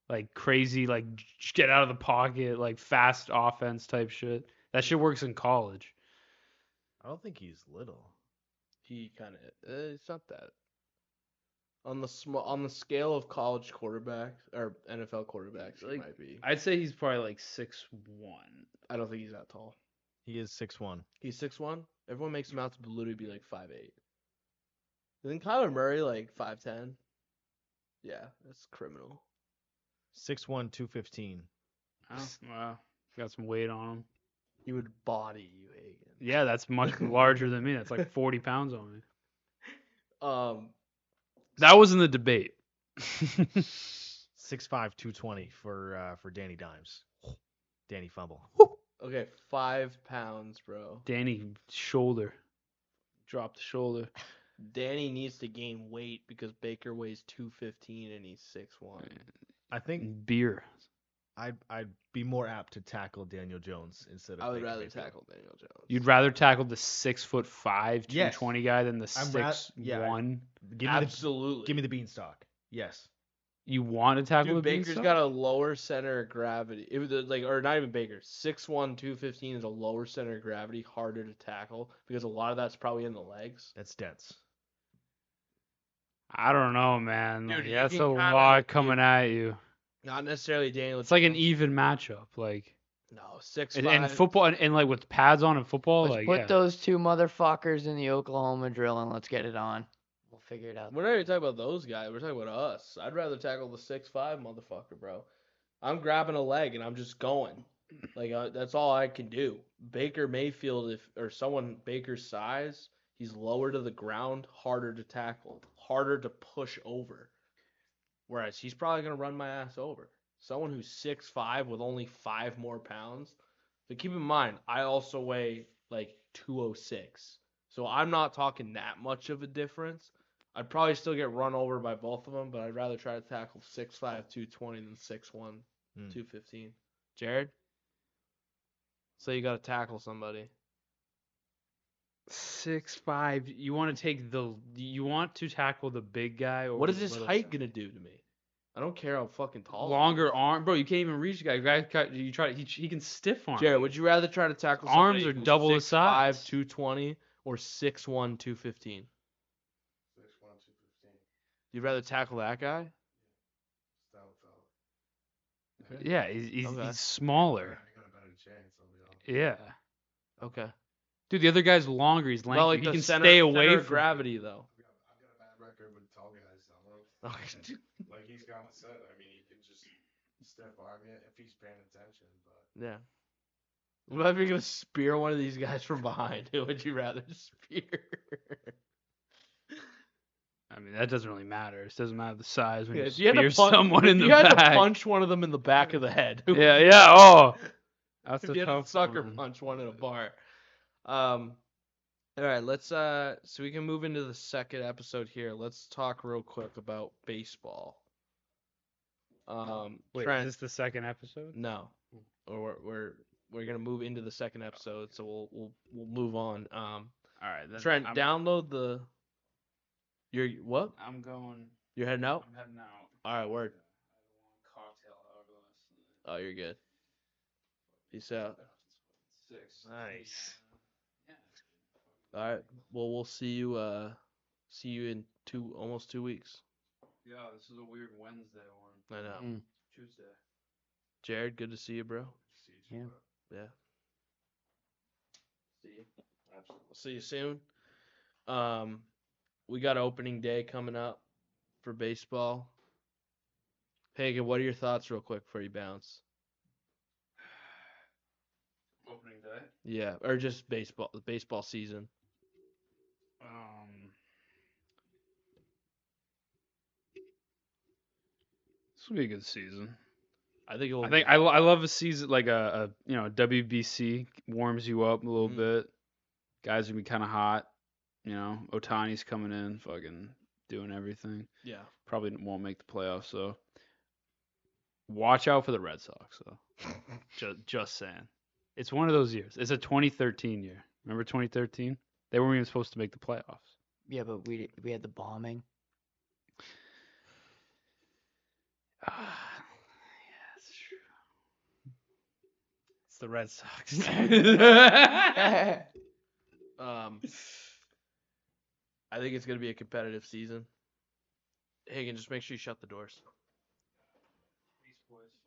D: like crazy like j- get out of the pocket like fast offense type shit that shit works in college
A: I don't think he's little.
B: he kind of uh, it's not that on the small on the scale of college quarterbacks or NFL quarterbacks he
D: Like,
B: might be.
D: I'd say he's probably like six one
B: I don't think he's that tall.
A: He is six one.
B: He's six one. Everyone makes him out to literally be like five eight. Isn't Kyler Murray like five ten? Yeah, that's criminal.
A: Six one, two fifteen.
D: Oh, wow. Got some weight on him.
B: He would body you, Hagen.
D: Yeah, that's much larger than me. That's like 40 pounds on me.
B: Um,
D: That wasn't the debate.
A: Six five, two twenty for uh, for Danny Dimes. Danny Fumble.
B: okay, five pounds, bro.
D: Danny shoulder. Dropped the shoulder.
B: Danny needs to gain weight because Baker weighs two fifteen and he's six one.
A: I think
D: Beer.
A: I'd I'd be more apt to tackle Daniel Jones instead of
B: I would
A: Baker
B: rather
A: Mayfield.
B: tackle Daniel Jones.
D: You'd rather tackle the six foot five,
A: Yes.
D: 220 guy than the
A: I'm
D: six
A: ra- yeah, I-
D: one.
A: Give me the
B: Absolutely.
A: give me the beanstalk. Yes.
D: You want to tackle
B: Dude,
D: the
B: Baker's
D: beanstalk?
B: got a lower center of gravity. It was uh, like, or not even Baker. 6'1", 215 is a lower center of gravity, harder to tackle because a lot of that's probably in the legs.
A: That's dense.
D: I don't know, man.
B: Dude,
D: Like,
B: you
D: that's a
B: can kinda-
D: lot coming at you.
B: Not necessarily Daniel.
D: It's like an
B: Jones.
D: even matchup. Like
B: no six
D: and, and football and, and like with pads on and football,
C: Let's
D: like
C: put
D: yeah.
C: those two motherfuckers in the Oklahoma drill and let's get it on. We'll figure it out.
B: We're not even talking about those guys. We're talking about us. I'd rather tackle the six five motherfucker, bro. I'm grabbing a leg and I'm just going. Like uh, that's all I can do. Baker Mayfield, if or someone Baker's size, he's lower to the ground, harder to tackle, harder to push over. Whereas he's probably gonna run my ass over. Someone who's six five with only five more pounds. But keep in mind, I also weigh like two oh six, so I'm not talking that much of a difference. I'd probably still get run over by both of them, but I'd rather try to tackle 6'5", 220 than 6'1",
A: Hmm.
B: 215. Jared? So you got to tackle somebody.
D: Six five. You want to take the. You want to tackle the big guy. Over
B: What is
D: the
B: his
D: little
B: height
D: guy?
B: going to do to me? I don't care how fucking tall.
D: Longer arm, bro. You can't even reach the guy. Guy, ca- you try. He, he can stiff arm.
B: Jared, would you rather try to tackle
D: Arms
B: somebody
D: are
B: who's
D: double his
B: 6'5",
D: size.
B: 220 or 6'1", 215?
E: Six one two fifteen.
B: You'd rather tackle that guy?
E: Stout fella.
D: Yeah, he's he's,
B: Okay.
D: he's smaller.
E: I got a better chance. I'll be honest.
D: Yeah,
B: Okay.
D: dude. The other guy's longer. He's lengthy.
B: well, like
D: he
B: the
D: can
B: center,
D: stay
B: center
D: away
B: of
D: from.
B: gravity though.
E: I've got, I've got a bad record with tall guys. I don't know. Like he's kind of set. I mean, he can just step on you if he's paying attention. But
B: yeah. What if you're gonna spear one of these guys from behind? Who would you rather spear?
D: I mean, that doesn't really matter. It doesn't matter the size when
B: Yeah,
D: you
B: if you had to
D: spear
B: punch-
D: someone in
B: If
D: the
B: you had to
D: back.
B: punch one of them in the back of the head. who
D: Yeah, yeah. Oh, that's
B: if
D: a
B: you had
D: tough
B: to sucker
D: one.
B: punch one in a bar. Um, all right, let's uh, so we can move into the second episode here. Let's talk real quick about baseball. Um,
D: Wait,
B: Trent,
D: is this the second episode?
B: no, or we're, we're we're gonna move into the second episode, so we'll we'll we'll move on. Um,
D: All right, then
B: Trent,
D: I'm,
B: download the. Your what?
D: I'm going.
B: You're heading out.
D: I'm heading out.
B: All right, word.
D: Cocktail hour glass.
B: Oh, you're good. Peace out.
D: Six.
A: Nice.
B: All right. Well, we'll see you. Uh, see you in two almost two weeks.
D: Yeah, this is a weird Wednesday one.
B: I know.
C: Mm.
D: Tuesday.
B: Jared, good to see you, bro.
E: see you,
C: Yeah.
E: bro.
B: Yeah.
D: See
B: We'll see you soon. Um, we got opening day coming up for baseball. Hagan, what are your thoughts, real quick, before you bounce?
D: Opening day.
B: Yeah, or just baseball, the baseball season.
D: Um. This will be a good season.
B: I think it will.
D: I think I, lo- I love a season like a, a you know WBC warms you up a little
B: Mhm.
D: bit. Guys are gonna be kind of hot. You know, Otani's coming in, fucking doing everything.
B: yeah.
D: Probably won't make the playoffs, so watch out for the Red Sox. though. just just saying, it's one of those years. It's a 2013 year. Remember 2013? They weren't even supposed to make the playoffs.
C: Yeah, but we we had the bombing.
D: It's the Red Sox.
B: Um, I think it's gonna be a competitive season. Hagan, just make sure you shut the doors.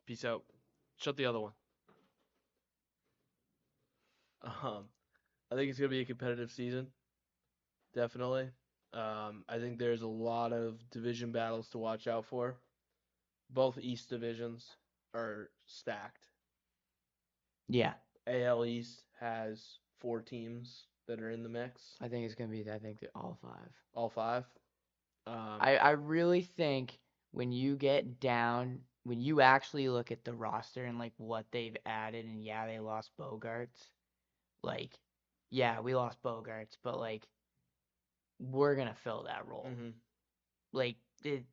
B: Peace out. Shut the other one. Um, I think it's gonna be a competitive season. Definitely. Um, I think there's a lot of division battles to watch out for. Both East divisions are stacked.
C: Yeah,
B: AL East has four teams that are in the mix.
C: I think it's gonna be. I think that all five.
B: All five. Um,
C: I, I really think when you get down, when you actually look at the roster and like what they've added, and yeah, they lost Bogarts. Like, yeah, we lost Bogarts, but like, we're gonna fill that role.
B: mhm.
C: Like, it,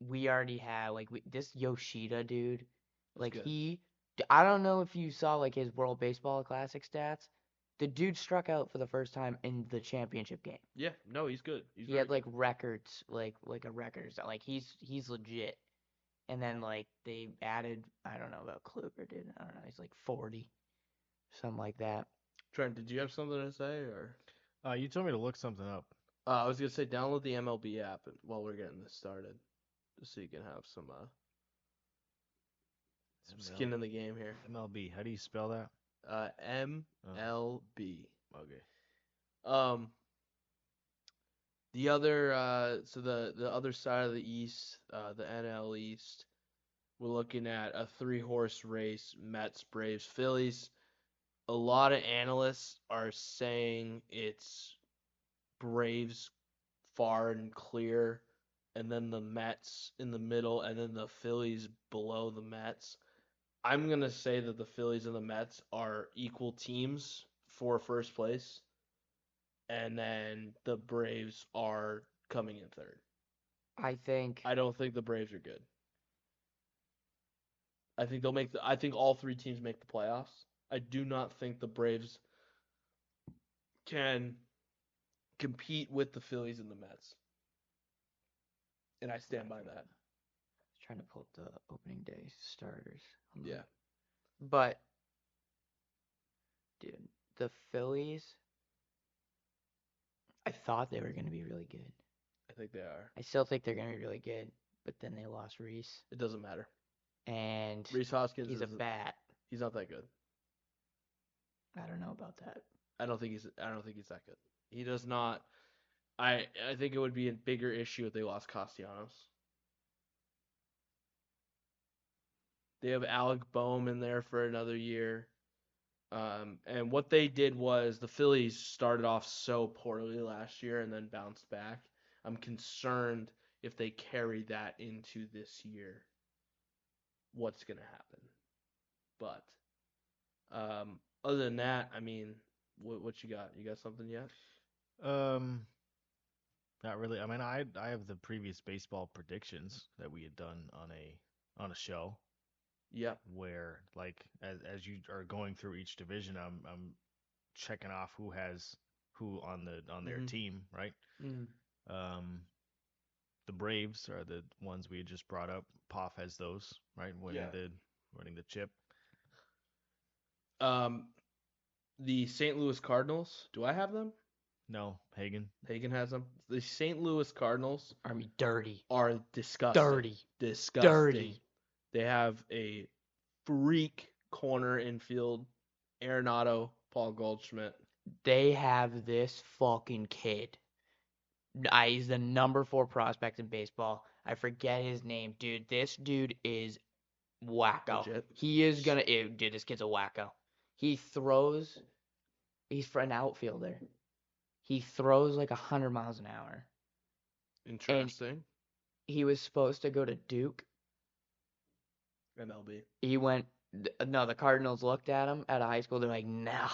C: we already have like we, this Yoshida dude. Like
B: good.
C: he, d- I don't know if you saw like his World Baseball Classic stats. The dude struck out for the first time in the championship game
B: Yeah, no, he's good. He's
C: he
B: very
C: had like records, like like a records. Like he's he's legit. And then like they added, I don't know about Kluber, dude. I don't know. He's like forty, something like that.
B: Trent, did you have something to say, or
A: Uh, you told me to look something up.
B: uh, I was gonna say download the MLB app and- while we're getting this started, just so you can have some uh, some skin in the game here.
A: MLB. How do you spell that?
B: Uh,
A: Oh,
B: MLB.
A: okay.
B: Um, the other uh, so the the other side of the East, uh, the NL East, we're looking at a three horse race: Mets, Braves, Phillies. A lot of analysts are saying it's Braves far and clear, and then the Mets in the middle, and then the Phillies below the Mets. I'm gonna say that the Phillies and the Mets are equal teams for first place and then the Braves are coming in third.
C: I think
B: I don't think the Braves are good. I think they'll make the I think all three teams make the playoffs. I do not think the Braves can compete with the Phillies and the Mets. And I stand by that.
C: trying to pull up the opening day starters. Hold on.
B: Yeah.
C: But dude, the Phillies I thought they were gonna be really good.
B: I think they are.
C: I still think they're gonna be really good, but then they lost Reese
B: It doesn't matter.
C: and
B: Reese Hoskins
C: he's
B: is
C: a bat.
B: he's not that good.
C: I don't know about that.
B: I don't think he's I don't think he's that good. He does not I I think it would be a bigger issue if they lost Castellanos. They have Alec Boehm in there for another year. Um, and what they did was the Phillies started off so poorly last year and then bounced back. I'm concerned if they carry that into this year, what's going to happen. But um, other than that, I mean, what what you got? You got something yet?
A: Um, not really. I mean, I I have the previous baseball predictions that we had done on a on a show
B: Yep.
A: where like as as you are going through each division, I'm I'm checking off who has who on the on their
B: Mhm.
A: team, right?
C: Mm.
A: Um, the Braves are the ones we had just brought up. Poff has those, right? Winning
B: Yeah.
A: the winning the chip.
B: Um, the St. Louis Cardinals. Do I have them?
A: No, Hagen.
B: Hagen has them. The St. Louis Cardinals
C: Army dirty.
B: are disgusting.
C: Dirty.
B: Disgusting.
C: Dirty.
B: They have a freak corner infield. Arenado, Paul Goldschmidt.
C: They have this fucking kid. I, he's the number four prospect in baseball. I forget his name, dude. This dude is wacko.
B: Legit.
C: He is gonna, ew, dude. This kid's a wacko. He throws. He's for an outfielder. He throws like hundred miles an hour.
B: Interesting.
C: He was supposed to go to Duke.
B: MLB.
C: He went. th- No, the Cardinals looked at him at a high school. They're like, no.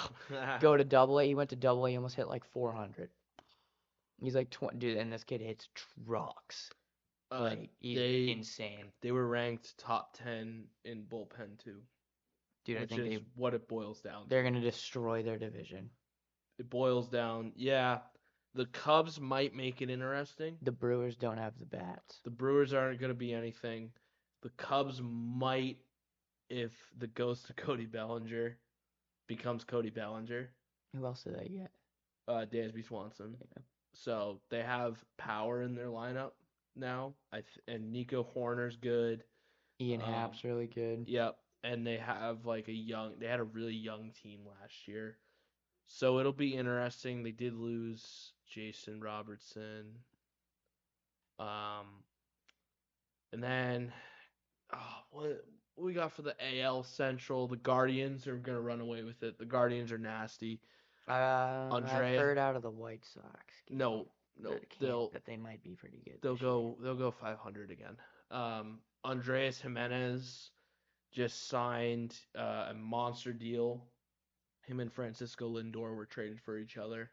C: go to double A. He went to double A. He almost hit like 400. He's like 20, dude, and this kid hits trucks.
B: Uh,
C: like he's
B: they
C: insane,
B: they were ranked top ten in bullpen too,
C: dude. I
B: which
C: think
B: is
C: they
B: what it boils down. to.
C: they're gonna destroy their division.
B: it boils down. Yeah, the Cubs might make it interesting.
C: The Brewers don't have the bats.
B: The Brewers aren't going to be anything. The Cubs might, if the ghost of Cody Bellinger becomes Cody Bellinger,
C: Who else did they get?
B: uh, Dansby Swanson.
C: Yeah.
B: So they have power in their lineup now. I th- and Nico Horner's good.
C: Ian
B: Um,
C: Happ's really good.
B: Yep. And they have like a young they had a really young team last year. So it'll be interesting. They did lose Jason Robertson. Um and then oh, what what we got for the AL Central, the Guardians are gonna run away with it. The Guardians are nasty.
C: Uh,
B: Andrea-
C: I've heard out of the White Sox.
B: No, no,
C: that can't-
B: they'll
C: that they might be pretty good.
B: they'll
C: this year.
B: go they'll go 500 again. Um, Andreas Jimenez just signed uh, a monster deal. Him and Francisco Lindor were traded for each other,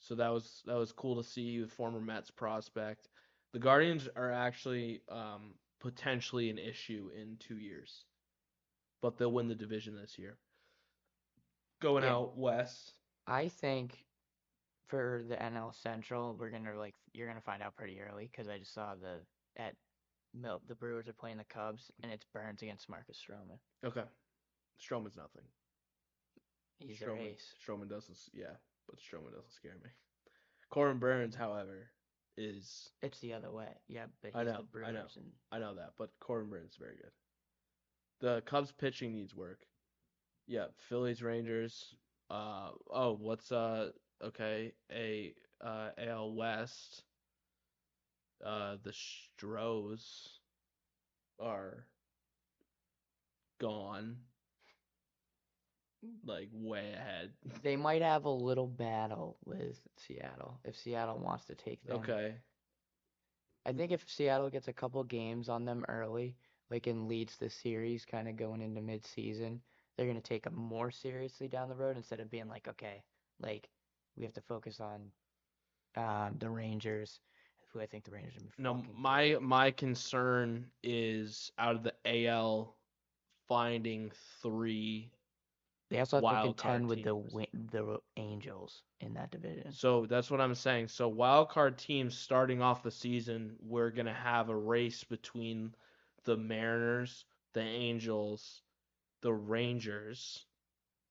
B: so that was that was cool to see. The former Mets prospect. The Guardians are actually um, potentially an issue in two years, but they'll win the division this year. Going
C: Yeah.
B: out west,
C: I think for the NL Central, we're gonna like you're gonna find out pretty early because I just saw the at Mil- the Brewers are playing the Cubs and it's Burns against Marcus Stroman.
B: okay. Stroman's nothing.
C: He's their
B: Stroman,
C: ace.
B: Stroman doesn't, s- yeah, but Stroman doesn't scare me. Corbin Burns, however, is
C: It's the other way. Yeah, but he's
B: I
C: the
B: know, I know.
C: Brewers and
B: I know that, but Corbin Burns is very good. The Cubs pitching needs work. Yeah, Phillies, Rangers. Uh oh, what's uh okay a uh AL West. Uh, the Stros are gone.
C: Mm.
B: Like way ahead.
C: they might have a little battle with Seattle if Seattle wants to take them.
B: Okay.
C: I think if Seattle gets a couple games on them early, like and leads the series kind of going into midseason, they're going to take them more seriously down the road instead of being like, okay, like we have to focus on um, the Rangers, who I think the Rangers are.
B: No, my my concern is out of the AL finding three.
C: they also have to
B: wild card
C: contend with the
B: teams.
C: win- the Angels in that division.
B: So that's what I'm saying. So wild card teams starting off the season, we're gonna have a race between the Mariners, the Angels, the Rangers,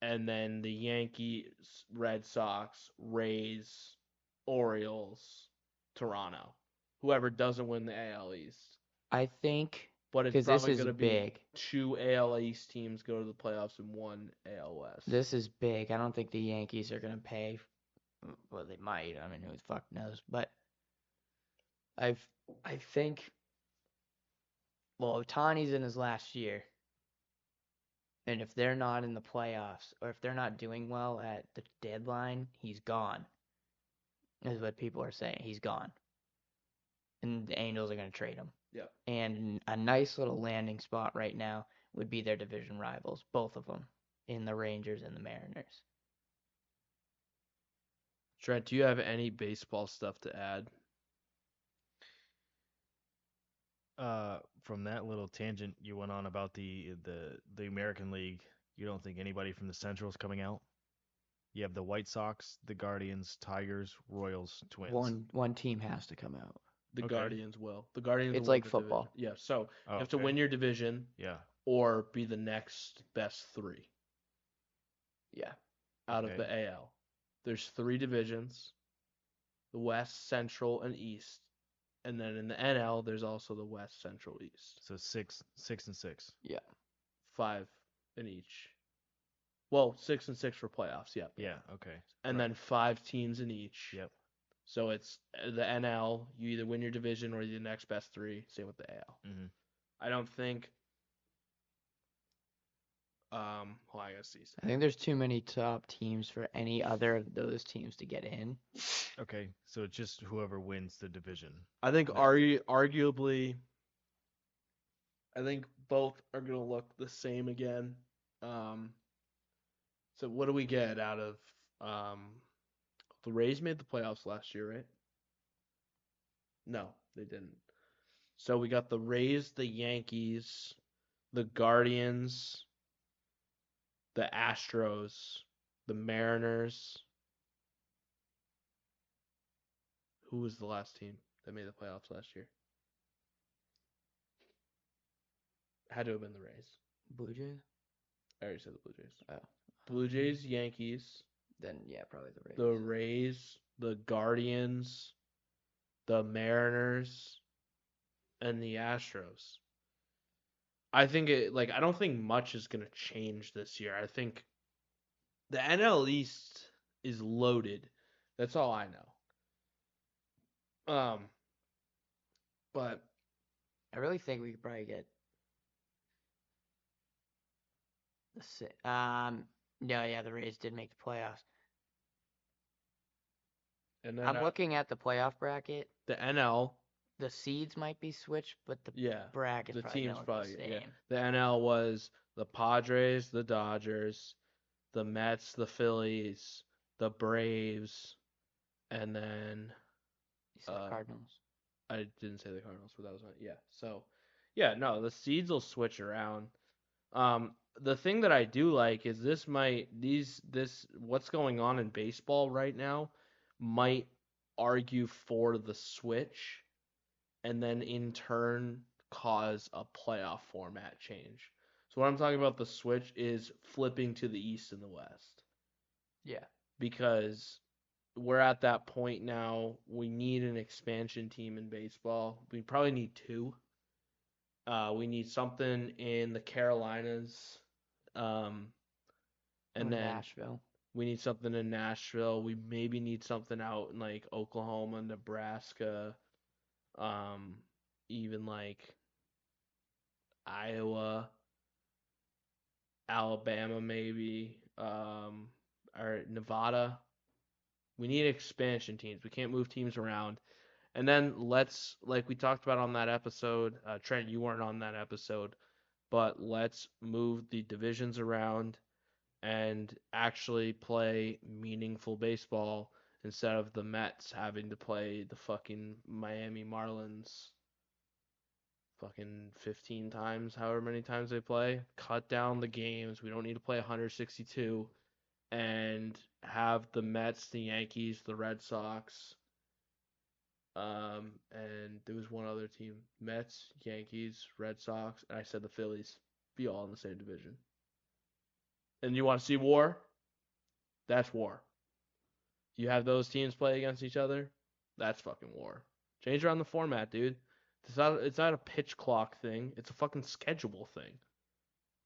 B: and then the Yankees, Red Sox, Rays, Orioles, Toronto. Whoever doesn't win the AL East.
C: I think
B: But it's
C: because this
B: probably
C: is
B: going to be
C: big.
B: two AL East teams go to the playoffs and one AL West.
C: This is big. I don't think the Yankees are gonna pay. f- Well, they might. I mean, who the fuck knows? But I've I think. Well, Otani's in his last year, and if they're not in the playoffs or if they're not doing well at the deadline, he's gone. Is what people are saying. He's gone, and the Angels are gonna trade him.
B: Yep.
C: And a nice little landing spot right now would be their division rivals, both of them in the Rangers and the Mariners.
B: Trent, do you have any baseball stuff to add?
A: Uh, from that little tangent you went on about the the the American League, you don't think anybody from the Central is coming out? You have the White Sox, the Guardians, Tigers, Royals, Twins.
C: One one team has to come out.
B: The
A: Okay.
B: Guardians will. The Guardians.
C: It's
B: will win
C: like
B: the division.
C: football.
B: Yeah. So
A: Oh,
B: you have to
A: okay.
B: win your division
A: Yeah.
B: or be the next best three
C: Yeah.
B: out
A: Okay.
B: of the AL. There's three divisions: the West, Central, and East. And then in the NL, there's also the West, Central, East.
A: So six, six and six.
B: Five in each. Well, six and six for playoffs. Yep.
A: Yeah. Okay.
B: and
A: Right.
B: then five teams in each.
A: Yep.
B: So it's uh, the NL. You either win your division or you're the next best three. Same with the AL.
C: Mm-hmm.
A: Mhm.
B: I don't think. Um. Well, I guess these.
C: I think there's too many top teams for any other of those teams to get in.
A: Okay. So it's just whoever wins the division.
B: I think
A: Yeah.
B: argu- arguably. I think both are gonna look the same again. Um. So what do we get out of um? The Rays made the playoffs last year, right? No, they didn't. So we got the Rays, the Yankees, the Guardians, the Astros, the Mariners. Who was the last team that made the playoffs last year? Had to have been the Rays.
C: Blue Jays?
B: I already said the Blue Jays.
C: Oh.
B: Blue Jays, Yankees,
C: Then yeah, probably the Rays.
B: the Rays, the Guardians, the Mariners, and the Astros. I think it like I don't think much is gonna change this year. I think the NL East is loaded. That's all I know. Um but
C: I really think we could probably get the si- um no, yeah, the Rays did make the playoffs.
B: and then
C: I'm
B: uh,
C: looking at the playoff bracket.
B: the NL,
C: The seeds might be switched, but the
B: yeah.
C: bracket
B: the
C: probably
B: teams
C: gonna look
B: probably
C: the
B: yeah.
C: same.
B: The NL was the Padres, the Dodgers, the Mets, the Phillies, the Braves, and then
C: You said
B: Uh,
C: Cardinals.
B: I didn't say the Cardinals, but that was my yeah. So yeah, no, the seeds will switch around. Um, the thing that I do like is this might these this what's going on in baseball right now might argue for the switch, and then in turn cause a playoff format change. So what I'm talking about the switch is flipping to the East and the West
C: Yeah.
B: because we're at that point now. We need an expansion team in baseball. We probably need two. Uh, we need something in the Carolinas, um, and
C: Or
B: then
C: Nashville.
B: we need something in Nashville. We maybe need something out in like Oklahoma, Nebraska, um, even like Iowa, Alabama, maybe, um, or Nevada. We need expansion teams. We can't move teams around. And then let's, like we talked about on that episode, uh, Trent, you weren't on that episode, but let's move the divisions around and actually play meaningful baseball instead of the Mets having to play the fucking Miami Marlins fucking 15 times, however many times they play. Cut down the games. We don't need to play 162 and have the Mets, the Yankees, the Red Sox, Um, and there was one other team: Mets, Yankees, Red Sox, and I said the Phillies. Be all in the same division. And you want to see war? That's war. You have those teams play against each other. That's fucking war. Change around the format, dude. It's not. It's not a pitch clock thing. It's a fucking schedule thing.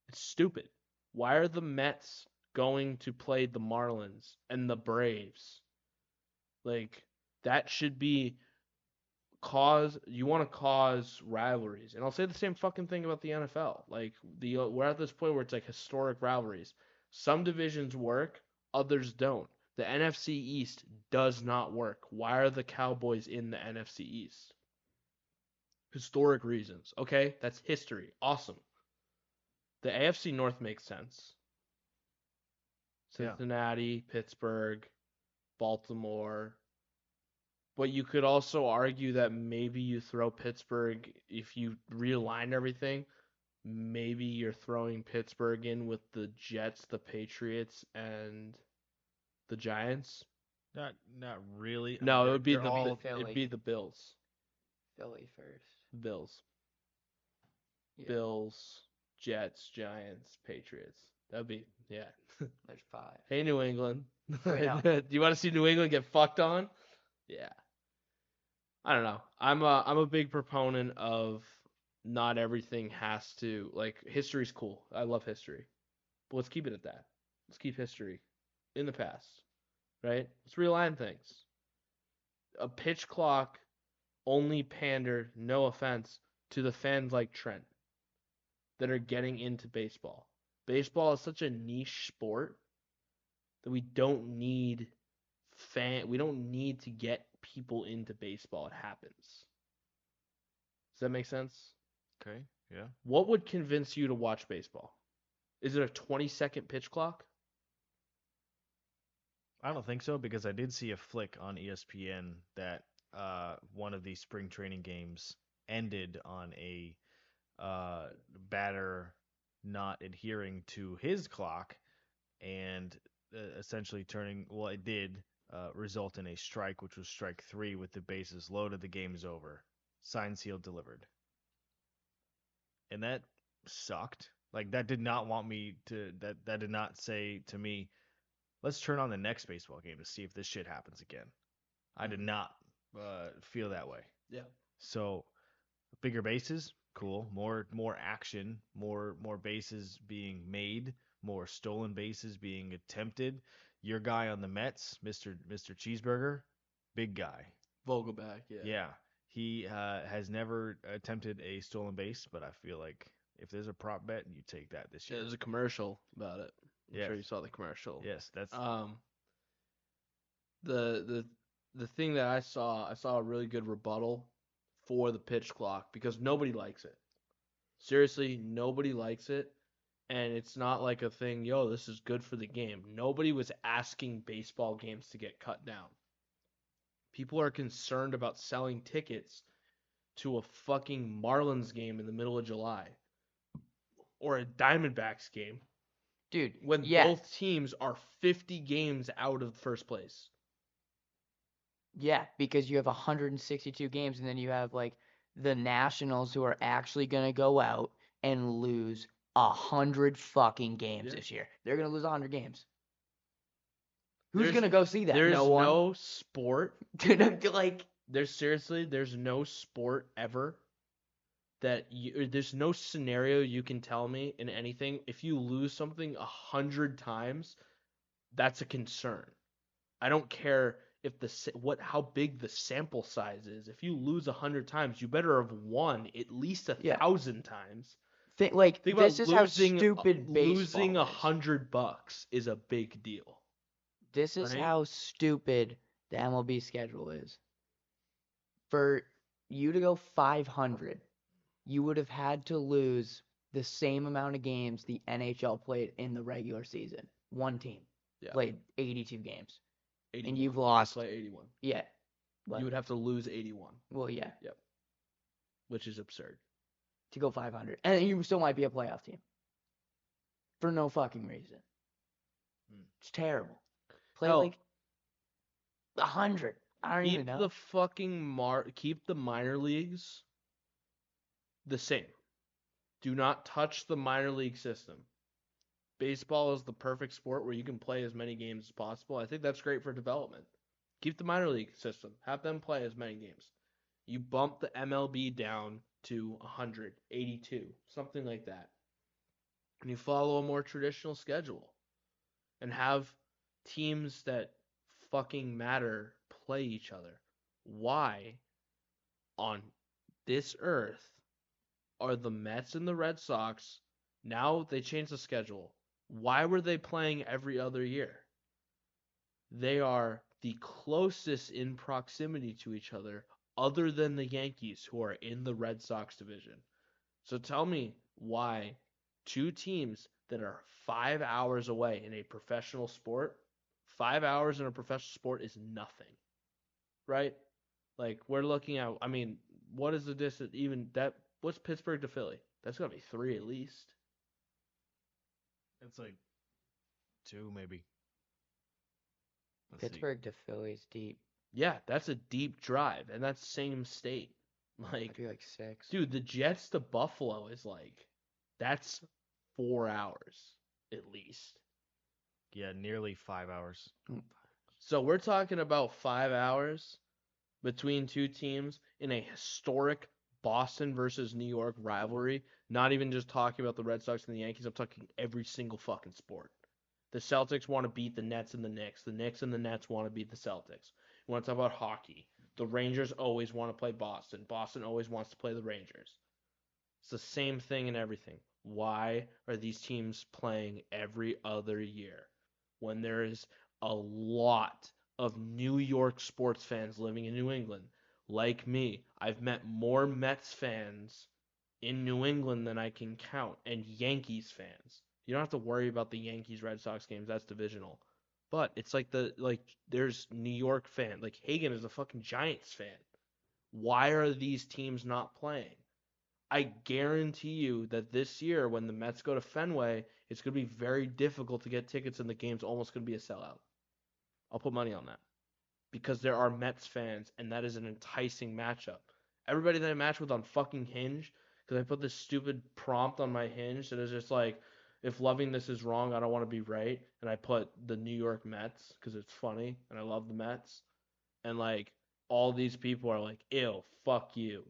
B: It's stupid. Why are the Mets going to play the Marlins and the Braves? Like that should be cause you want to cause rivalries. And I'll say the same fucking thing about the NFL. Like the we're at this point where it's like historic rivalries. Some divisions work, others don't. The NFC East does not work. Why are the Cowboys in the NFC East? Historic reasons. Okay, that's history. Awesome. The AFC North makes sense.
A: Yeah.
B: Cincinnati, Pittsburgh, Baltimore. But you could also argue that maybe you throw Pittsburgh if you realign everything. Maybe you're throwing Pittsburgh in with the Jets, the Patriots, and the Giants.
A: Not not really. I
B: No,
A: mean,
B: it would be
A: they're
B: the
A: all-
B: it'd
C: Philly.
B: be the Bills,
C: Philly first.
B: Bills,
C: Yeah,
B: Bills, Jets, Giants, Patriots. That'd be yeah.
C: There's five.
B: Hey, New England.
C: Right now.
B: Do you want to see New England get fucked on? Yeah. I don't know. I'm a I'm a big proponent of not everything has to like history's cool. I love history. But let's keep it at that. Let's keep history in the past. Right? Let's realign things. A pitch clock only pandered, no offense, to the fans like Trent that are getting into baseball. Baseball is such a niche sport that we don't need fan we don't need to get people into baseball it happens does that make sense
A: Okay. Yeah.
B: what would convince you to watch baseball is it a 20 second pitch clock
A: I don't think so because I did see a flick on E ESPN that uh, one of the spring training games ended on a uh, batter not adhering to his clock and uh, essentially turning well it did uh, result in a strike which was strike three with the bases loaded the game's over signed sealed delivered and that sucked like that did not want me to that that did not say to me let's turn on the next baseball game to see if this shit happens again. I
B: Mm-hmm.
A: did not uh, feel that way.
B: Yeah.
A: So bigger bases, cool. More more action, more more bases being made, more stolen bases being attempted. Your guy on the Mets, Mr. Mr. Cheeseburger, big guy.
B: vogelback yeah
A: Yeah. He uh, has never attempted a stolen base, but I feel like if there's a prop bet, you take that this
B: Yeah,
A: year.
B: there's a commercial about it i'm sure
A: Yes.
B: you saw the commercial
A: Yes, that's
B: Um, the the the thing that I saw, I saw a really good rebuttal for the pitch clock because nobody likes it. Seriously, nobody likes it, and it's not like a thing. Yo, this is good for the game. Nobody was asking baseball games to get cut down. People are concerned about selling tickets to a fucking Marlins game in the middle of July or a Diamondbacks game
C: Dude,
B: when
C: yeah,
B: both teams are 50 games out of first place.
C: yeah, because you have 162 games, and then you have like the Nationals who are actually gonna go out and lose a hundred fucking games
B: Yeah.
C: this year. They're gonna lose a hundred games. Who's
B: There's-
C: gonna go see that?
B: There's
C: no one.
B: no sport.
C: Dude, I'm like,
B: There's seriously, there's no sport ever that you, or there's no scenario you can tell me in anything. If you lose something a hundred times, that's a concern. I don't care if the sa- what how big the sample size is. If you lose a hundred times, you better have won at least a
C: Yeah.
B: thousand times.
C: think like
B: Think
C: this
B: about
C: is how
B: losing, uh,
C: stupid baseball
B: losing a
C: is.
B: hundred bucks is a big deal.
C: This is
B: right?
C: how stupid the MLB schedule is. For you to go 500, you would have had to lose the same amount of games the NHL played in the regular season. One team
B: Yeah.
C: played 82 games,
B: 81.
C: and you've lost.
B: play eighty-one.
C: Yeah. But,
B: You would have to lose eighty-one,
C: well, yeah,
B: which is absurd.
C: to go 500, and you still might be a playoff team for no fucking reason.
A: Hmm.
C: It's terrible. Play
B: Hell-
C: like 100. I don't even
B: keep
C: know.
B: the fucking mar keep the minor leagues the same. Do not touch the minor league system. Baseball is the perfect sport where you can play as many games as possible. I think that's great for development. Keep the minor league system. Have them play as many games. You bump the MLB down to 100, 82, something like that. And you follow a more traditional schedule and have teams that fucking matter play each other. Why on this earth are the Mets and the Red Sox now they changed the schedule? Why were they playing every other year? They are the closest in proximity to each other, other than the Yankees, who are in the Red Sox division. So tell me why two teams that are five hours away in a professional sport five hours in a professional sport is nothing, right? Like we're looking at, I mean, what is the distance? Even that, what's Pittsburgh to Philly? That's gotta be three at least.
A: It's like two maybe. Let's see.
C: Pittsburgh to Philly's deep.
B: Yeah, that's a deep drive, and that's same state.
C: It'd
B: Like,
C: be like six.
B: dude, the Jets to Buffalo is like, that's four hours at least.
A: Yeah, nearly five hours.
B: So we're talking about five hours between two teams in a historic Boston versus New York rivalry. Not even just talking about the Red Sox and the Yankees. I'm talking every single fucking sport. The Celtics want to beat the Nets and the Knicks. The Knicks and the Nets want to beat the Celtics. You want to talk about hockey. The Rangers always want to play Boston. Boston always wants to play the Rangers. It's the same thing in everything. Why are these teams playing every other year when there is a lot of New York sports fans living in New England. Like me, I've met more Mets fans in New England than I can count, and Yankees fans. You don't have to worry about the Yankees Red Sox games, that's divisional. But it's like the like there's New York fan. Like Hagan is a fucking Giants fan. Why are these teams not playing? I guarantee you that this year when the Mets go to Fenway, it's going to be very difficult to get tickets and the game's almost going to be a sellout. I'll put money on that. Because there are Mets fans and that is an enticing matchup. Everybody that I match with on fucking Hinge because I put this stupid prompt on my Hinge that is just like if loving this is wrong, I don't want to be right and I put the New York Mets because it's funny and I love the Mets. And like all these people are like, "Ew, fuck you."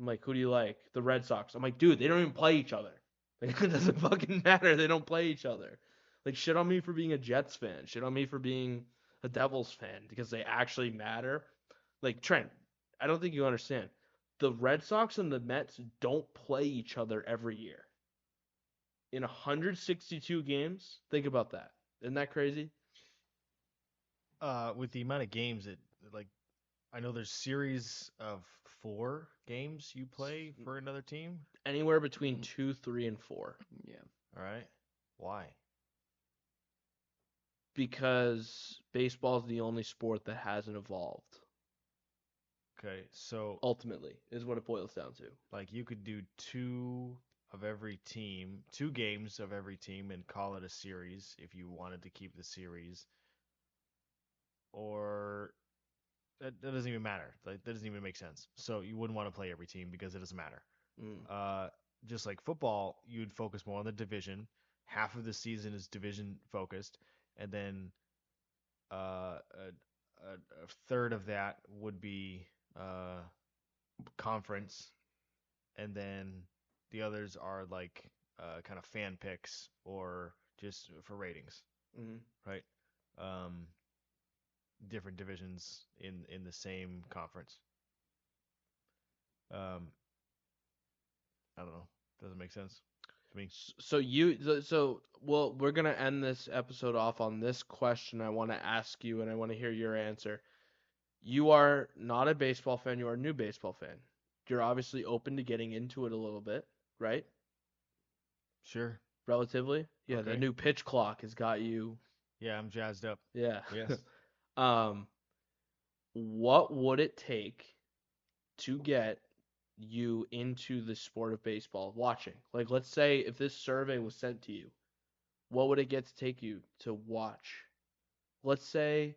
B: I'm like, who do you like? The Red Sox. I'm like, dude, they don't even play each other. Like, it doesn't fucking matter. They don't play each other. Like, shit on me for being a Jets fan. Shit on me for being a Devils fan because they actually matter. Like, Trent, I don't think you understand. The Red Sox and the Mets don't play each other every year. In 162 games, think about that. Isn't that crazy?
A: Uh, with the amount of games that like, I know there's series of four games you play for another team.
B: Anywhere between two, three, and four.
C: Yeah.
A: All right, why?
B: Because baseball is the only sport that hasn't evolved.
A: Okay, so
B: ultimately is what it boils down to.
A: like you could do two of every team, two games of every team, and call it a series if you wanted to keep the series. Or that, that doesn't even matter. Like that doesn't even make sense. So you wouldn't want to play every team because it doesn't matter.
B: Mm,
A: Uh, just like football, you'd focus more on the division. Half of the season is division focused, and then uh, a, a, a third of that would be uh, conference, and then the others are like uh, kind of fan picks or just for ratings,
B: Mm-hmm.
A: right? Um, different divisions in in the same conference. Um, I don't know. Doesn't make sense to me.
B: So you, so- so well, we're gonna end this episode off on this question. I want to ask you, and I want to hear your answer. You are not a baseball fan. You are a new baseball fan. You're obviously open to getting into it a little bit, right?
A: Sure.
B: Relatively, yeah. The
A: Okay.
B: new pitch clock has got you.
A: Yeah, I'm jazzed up.
B: Yeah.
A: Yes.
B: Um, what would it take to get you into the sport of baseball watching? Like, let's say if this survey was sent to you, what would it get to take you to watch? Let's say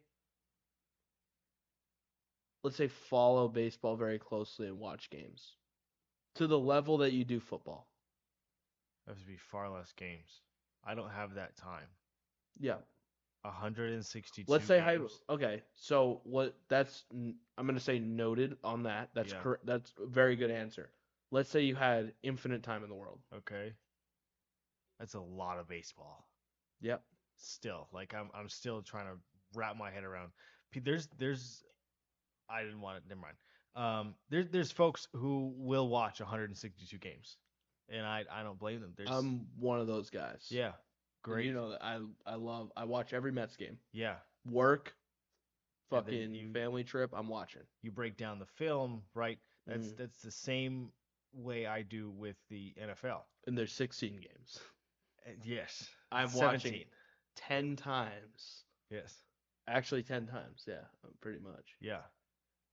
B: let's say follow baseball very closely and watch games to the level that you do football.
A: There would be far less games. I don't have that time.
B: Yeah.
A: 162.
B: Let's say hy-
A: games.
B: okay. So what? That's n- I'm gonna say noted on that. That's
A: Yeah.
B: correct. That's a very good answer. Let's say you had infinite time in the world.
A: Okay. That's a lot of baseball.
B: Yep.
A: Still, like I'm, I'm still trying to wrap my head around. P- There's, there's, I didn't want it. Never mind. Um, there's, there's folks who will watch 162 games, and I, I don't blame them. There's,
B: I'm one of those guys.
A: yeah,
B: And
A: great,
B: Um, You know that I I love I watch every Mets game.
A: yeah.
B: Work,
A: And then
B: fucking
A: you-
B: family trip. I'm watching.
A: You break down the film, right? That's,
B: Mhm.
A: that's the same way I do with the NFL.
B: And there's 16 games.
A: Uh, Yes,
B: I'm
A: 17.
B: watching 10 times.
A: Yes,
B: Actually, 10 times. Yeah, pretty much.
A: yeah.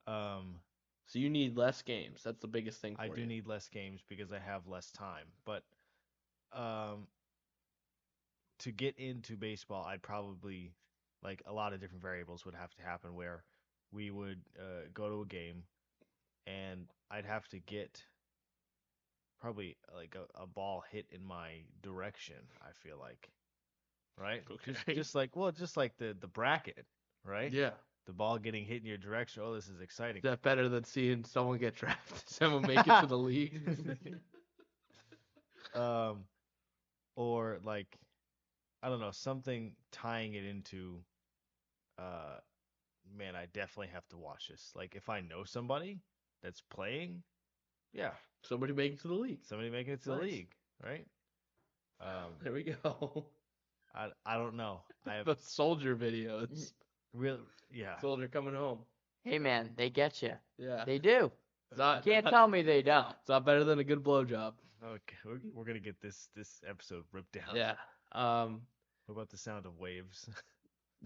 A: Um,
B: So you need less games. That's the biggest thing. For
A: I do
B: you.
A: need less games because I have less time. But um, to get into baseball, I'd probably like a lot of different variables would have to happen where we would uh, go to a game and I'd have to get probably uh, like a, a ball hit in my direction. I feel like, right? Just,
B: Okay.
A: just like well, just like the the bracket, right?
B: Yeah.
A: The ball getting hit in your direction. Oh, this is exciting.
B: Is that better than seeing someone get drafted? Someone make it to the league?
A: um or like i don't know something tying it into uh man i definitely have to watch this like if i know somebody that's playing yeah
B: Somebody make it to the league.
A: somebody making it to the
B: Nice.
A: league right um
B: There we go.
A: i i don't know i have
B: the soldier videos.
A: real yeah
B: Soldier coming home.
C: Hey man, they get you.
B: Yeah.
C: They do.
B: It's not,
C: Can't tell me they don't.
B: It's not better than a good blowjob.
A: okay we're, we're gonna get this this episode ripped down
B: Yeah. Um,
A: what about the sound of waves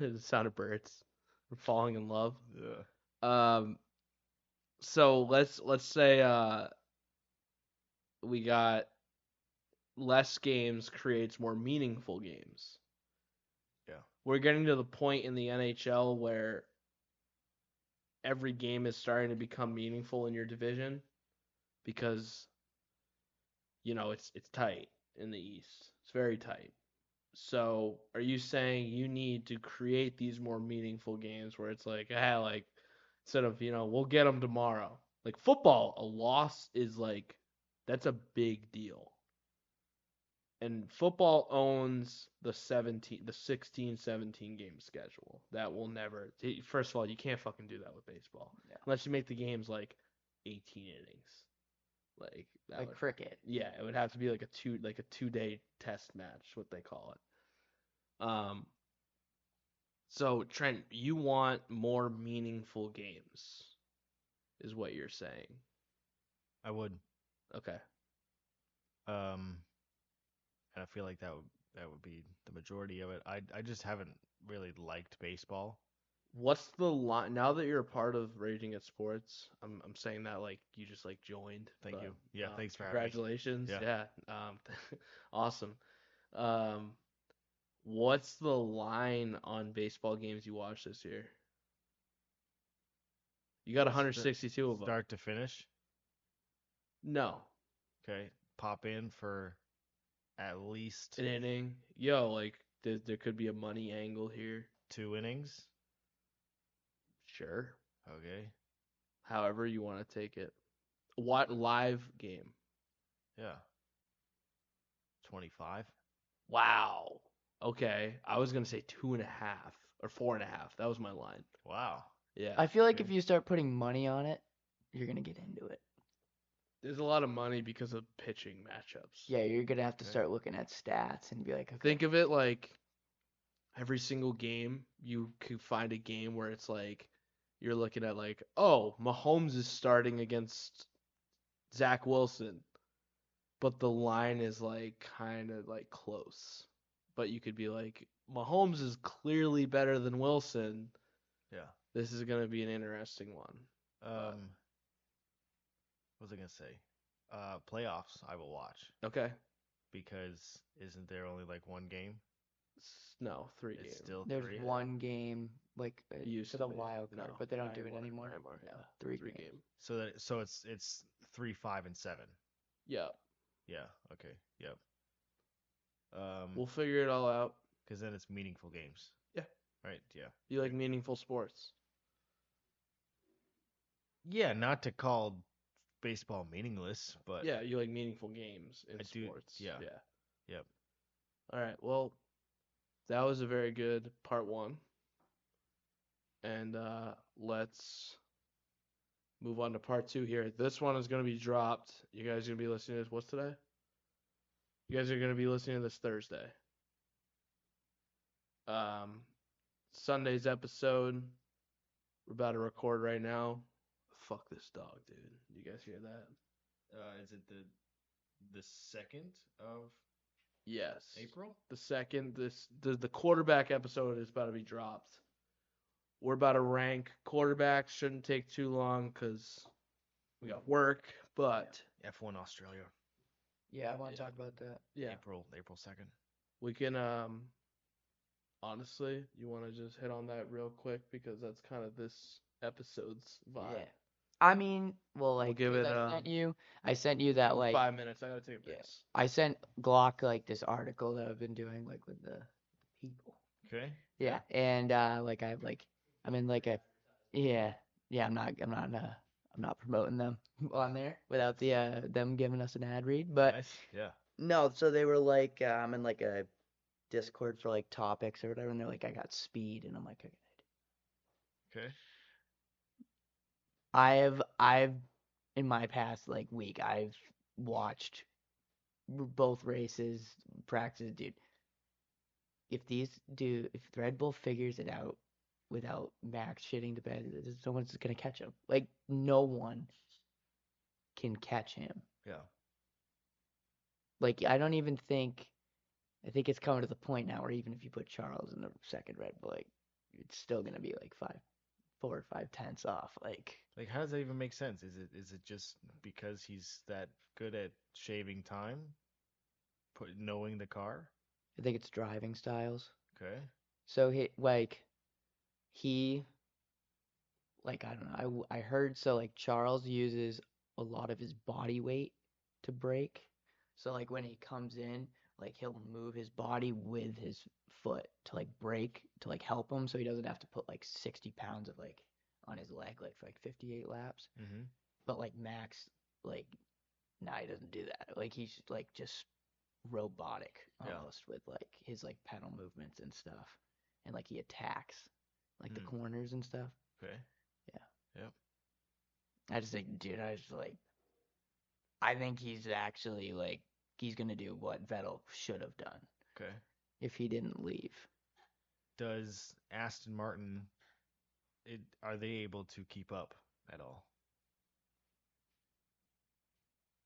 B: the sound of birds falling in love.
A: yeah
B: Um, so let's let's say uh, we got less games creates more meaningful games.
A: Yeah.
B: we're getting to the point in the NHL where every game is starting to become meaningful in your division because you know it's it's tight in the East. It's very tight. So are you saying you need to create these more meaningful games where it's like, ah, like instead of you know we'll get them tomorrow. Like football, a loss is like that's a big deal. And football owns the 17 the 16 17 game schedule. That will never First of all, you can't fucking do that with baseball.
C: No.
B: Unless you make the games like 18 innings. Like that
C: Like
B: would-
C: cricket.
B: yeah, it would have to be like a two like a two day test match, what they call it. Um so Trent, you want more meaningful games is what you're saying.
A: i would
B: Okay.
A: um and i feel like that would that would be the majority of it i i just haven't really liked baseball
B: What's the line now that you're a part of Raging at Sports? I'm I'm saying that like you just like joined.
A: Thank
B: but,
A: you. Yeah,
B: um,
A: thanks for having me.
B: congratulations.
A: Yeah.
B: yeah. Um awesome. Um what's the line on baseball games you watched this year? You got 162 of them.
A: start to finish
B: No.
A: okay pop in for at least
B: An inning. Yo, like there, there could be a money angle here.
A: two innings
B: Sure.
A: okay
B: However you want to take it. What live game?
A: yeah 25
B: Wow. Okay. I was gonna say two and a half or four and a half. That was my line.
A: wow
B: Yeah.
C: I feel like if
A: Okay.
C: you start putting money on it, you're gonna get into it.
B: There's a lot of money because of pitching matchups.
C: Yeah, you're gonna have to
A: Okay.
C: start looking at stats and be like, okay,
B: Think of it like every single game, you could find a game where it's like you're looking at like, oh, Mahomes is starting against Zach Wilson, but the line is like kind of like close. But you could be like, Mahomes is clearly better than Wilson.
A: Yeah.
B: This is gonna be an interesting one.
A: um what was i gonna say uh playoffs i will watch
B: Okay.
A: because isn't there only like one game
B: S- No, three
A: it's
B: games.
A: still
C: there's
A: three
C: one game Like uh, it
B: used
C: was
B: to
C: a
B: be.
C: while card,
B: No,
C: but they don't
B: nine
C: do it
B: more,
C: anymore.
B: nine more,
C: No,
B: yeah.
C: three,
B: Three
C: grand.
B: game.
A: So that so it's it's three, five, and seven.
B: Yeah,
A: Yeah. Okay. Yep. Um,
B: we'll figure it all out.
A: because then it's meaningful games.
B: Yeah.
A: Right. Yeah.
B: You like meaningful sports?
A: Yeah. Not to call baseball meaningless, but
B: yeah, you like meaningful games in
A: I do-
B: sports.
A: yeah.
B: Yeah.
A: Yep.
B: All right. Well, that was a very good part one. And uh, let's move on to part two here. This one is going to be dropped. You guys are going to be listening to this. What's today? You guys are going to be listening to this Thursday. Um, Sunday's episode. We're about to record right now. Fuck this dog, dude. You guys hear that?
A: Uh, is it the the second of
B: Yes.
A: April?
B: the second this the, the quarterback episode is about to be dropped. We're about to rank quarterbacks. Shouldn't take too long because we got work. But
A: F1 Australia.
C: Yeah, I want
B: Yeah.
C: to talk about that.
B: yeah,
A: April April second.
B: we can. Um, honestly, you want to just hit on that real quick because that's kind of this episode's vibe.
C: Yeah. I mean, well, like
B: give
C: 'cause
B: it,
C: I
B: uh,
C: sent you, I sent you that like
B: Five minutes. I gotta take a
C: Yeah.
B: piss.
C: I sent Glock like this article that I've been doing like with the people.
A: Okay.
C: Yeah, and uh like I've like I'm in like a yeah yeah I'm not I'm not uh I'm not promoting them on there without the uh them giving us an ad read, but
A: nice. Yeah.
C: no, so they were like uh, I'm in like a Discord for like topics or whatever, and they're like I got speed, and I'm like okay.
A: Okay.
C: I've I've in my past like week I've watched r- both races practice, dude. If these do if Red Bull figures it out without Max shitting the bed, th- no one's gonna catch him. Like no one can catch him.
A: Yeah.
C: Like I don't even think I think it's coming to the point now where even if you put Charles in the second Red Bull, like it's still gonna be like five four or five tenths off. Like
A: Like, how does that even make sense? Is it is it just because he's that good at shaving time, put knowing the car?
C: I think it's driving styles.
A: Okay.
C: So he like he like I don't know. I w- I heard so like Charles uses a lot of his body weight to brake. So like when he comes in, like he'll move his body with his foot to like brake to like help him so he doesn't have to put like 60 pounds of like on his leg like for like 58 laps.
A: Mm-hmm.
C: But like Max like nah, he doesn't do that. Like he's like just robotic
A: Yeah.
C: almost with like his like pedal movements and stuff. And like he attacks like the
A: Mm.
C: corners and stuff.
A: Okay.
C: I just think dude, I was like I think he's actually like he's gonna do what Vettel should have done
A: Okay.
C: if he didn't leave.
A: Does Aston Martin? It, are they able to keep up at all?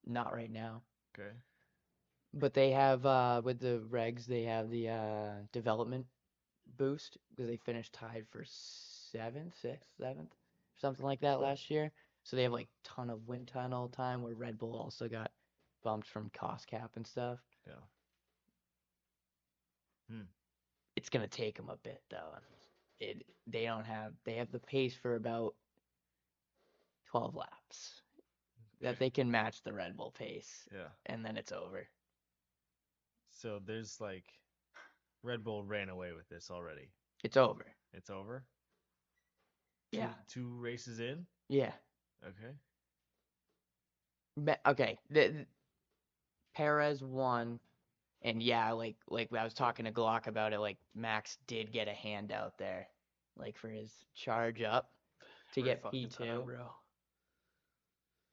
C: Not right now.
A: Okay.
C: But they have uh with the regs they have the uh development boost because they finished tied for seventh, sixth, seventh, something like that last year. So they have like ton of wind tunnel time where Red Bull also got bumped from cost cap and stuff.
A: Yeah. Hmm.
C: It's gonna take them a bit though. It they don't have they have the pace for about twelve laps that they can match the Red Bull pace
A: Yeah.
C: and then it's over.
A: So there's like, Red Bull ran away with this already.
C: It's over.
A: It's over. Two-
C: Yeah.
A: Two, races in.
C: Yeah.
A: Okay.
C: Me- okay the, th- perez won and yeah like like i was talking to glock about it like max did get a hand out there like for his charge up to
B: Every
C: get
B: fucking
C: p2
B: time, bro.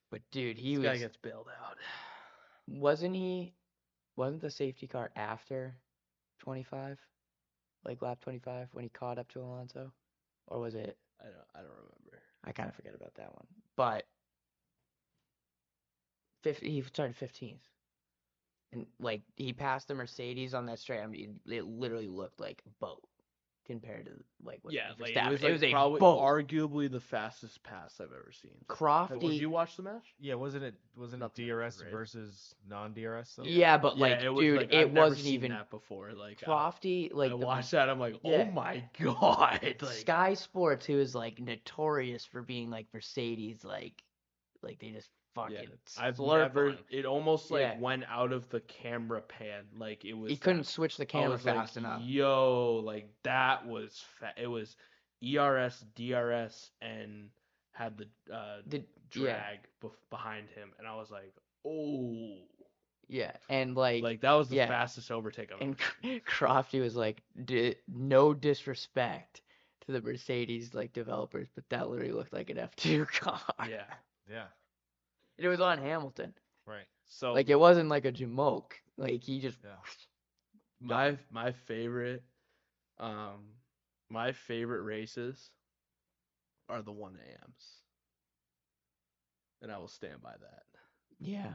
C: but dude he
B: This guy
C: was
B: gets bailed out.
C: wasn't he wasn't the safety car after 25 like lap 25 when he caught up to alonso or was it
B: I don't. I don't remember.
C: i kind of forget about that one but 50, he started 15th. And like he passed the Mercedes on that straight. I mean, it literally looked like a boat. compared to like what
B: yeah,
C: for
B: like, it
C: Stafford.
B: was, like,
C: a
B: probably
C: boat.
B: arguably the fastest pass I've ever seen. Did
C: Crofty.
B: you watch the match?
A: Yeah, wasn't it wasn't it
B: Nothing
A: DRS
B: great.
A: versus non DRS though?
C: yeah, but like,
B: it was,
C: dude,
B: like,
C: it
B: I've never
C: wasn't
B: seen
C: even
B: that before. Like, I,
C: Crofty. Like
B: I
C: the
B: watched that, I'm like,
C: yeah.
B: oh my god! Like,
C: Sky Sports, who is like notorious for being like Mercedes, like, like they just fucking.
B: I've
C: slurp
B: never.
C: on him.
B: It almost like
C: Yeah.
B: went out of the camera pan. Like it was.
C: He
B: that-
C: couldn't switch the
B: I
C: camera
B: was like,
C: fast enough.
B: Yo, like that was fa- it was E ERS, DRS, and had the uh,
C: Did yeah,
B: drag bef- behind him, and I was like, oh,
C: yeah, and like,
B: like that was the
C: yeah.
B: fastest overtake I've
C: and
B: ever seen.
C: Crofty was like, D- no disrespect to the Mercedes like developers, but that literally looked like an F two car.
B: Yeah,
A: Yeah.
C: It was on Hamilton.
A: Right.
B: so
C: Like it wasn't like a jamoke. Like he just
A: Yeah.
B: my my favorite um my favorite races are the 1 a.m.s and i will stand by that
C: yeah.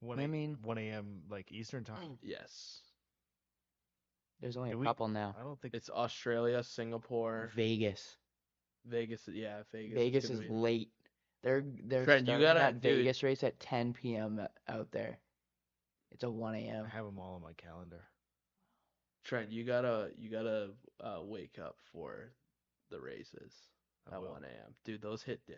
A: One
C: I
A: a-
C: mean-
A: one a.m. like Eastern time.
B: yes
C: There's only a
A: Do we-
C: couple now.
A: I don't think
B: it's australia singapore
C: Vegas.
B: vegas yeah vegas
C: Vegas,
B: gonna
C: is
B: be-
C: late. They're they're
B: Trent, you
C: starting
B: gotta-
C: that
B: dude.
C: Vegas race at 10 p.m. out there. It's a 1 a.m.
A: I have them all on my calendar.
B: trent you gotta you gotta uh wake up for the races
A: I
B: at
A: will.
B: 1 a.m dude those hit diff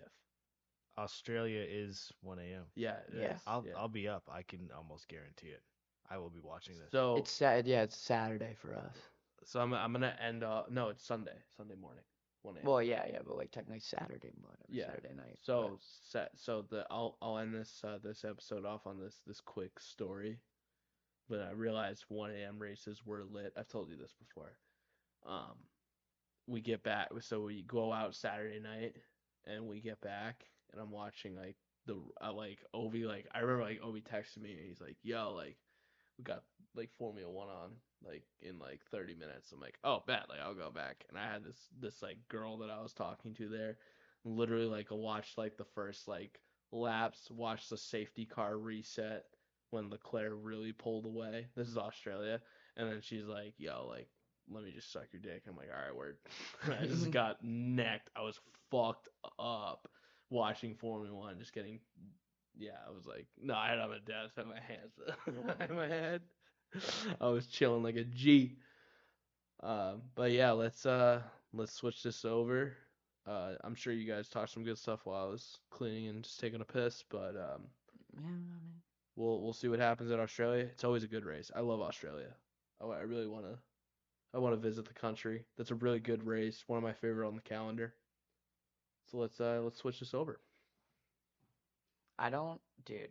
A: Australia is one a.m.
B: yeah it
C: Yeah.
B: is,
A: I'll
B: yeah.
A: I'll be up. I can almost guarantee it. I will be watching this.
B: so
C: It's sad. Yeah, it's Saturday for us.
B: so I'm, I'm gonna end off no it's sunday sunday morning 1 a.m
C: Well, yeah, yeah, but like technically Saturday morning,
B: Yeah.
C: Saturday night. but-
B: So set. So the I'll I'll end this uh, this episode off on this this quick story, but I realized 1 a.m. races were lit. I've told you this before. Um, we get back, so we go out Saturday night, and we get back, and I'm watching like the uh, like Ovi like I remember like Ovi texted me and he's like, "Yo, like we got like Formula One on like in like 30 minutes." I'm like, "Oh, bet, like I'll go back." And I had this this like girl that I was talking to there literally like watched like the first like laps, watched the safety car reset when Leclerc really pulled away. This is Australia, and then she's like, "Yo, like, let me just suck your dick." I'm like, "All right, word." I just got necked. I was fucked up watching Formula One, just getting. Yeah, I was like, no, I had on my desk, I had my hands behind my head. I was chilling like a G. Um, but yeah, let's uh let's switch this over. Uh, I'm sure you guys talked some good stuff while I was cleaning and just taking a piss, but um,
C: Yeah, I mean,
B: we'll we'll see what happens in Australia. It's always a good race. I love Australia. I, wa- I really want to I want to visit the country. That's a really good race. One of my favorite on the calendar. So let's uh let's switch this over.
C: I don't, dude.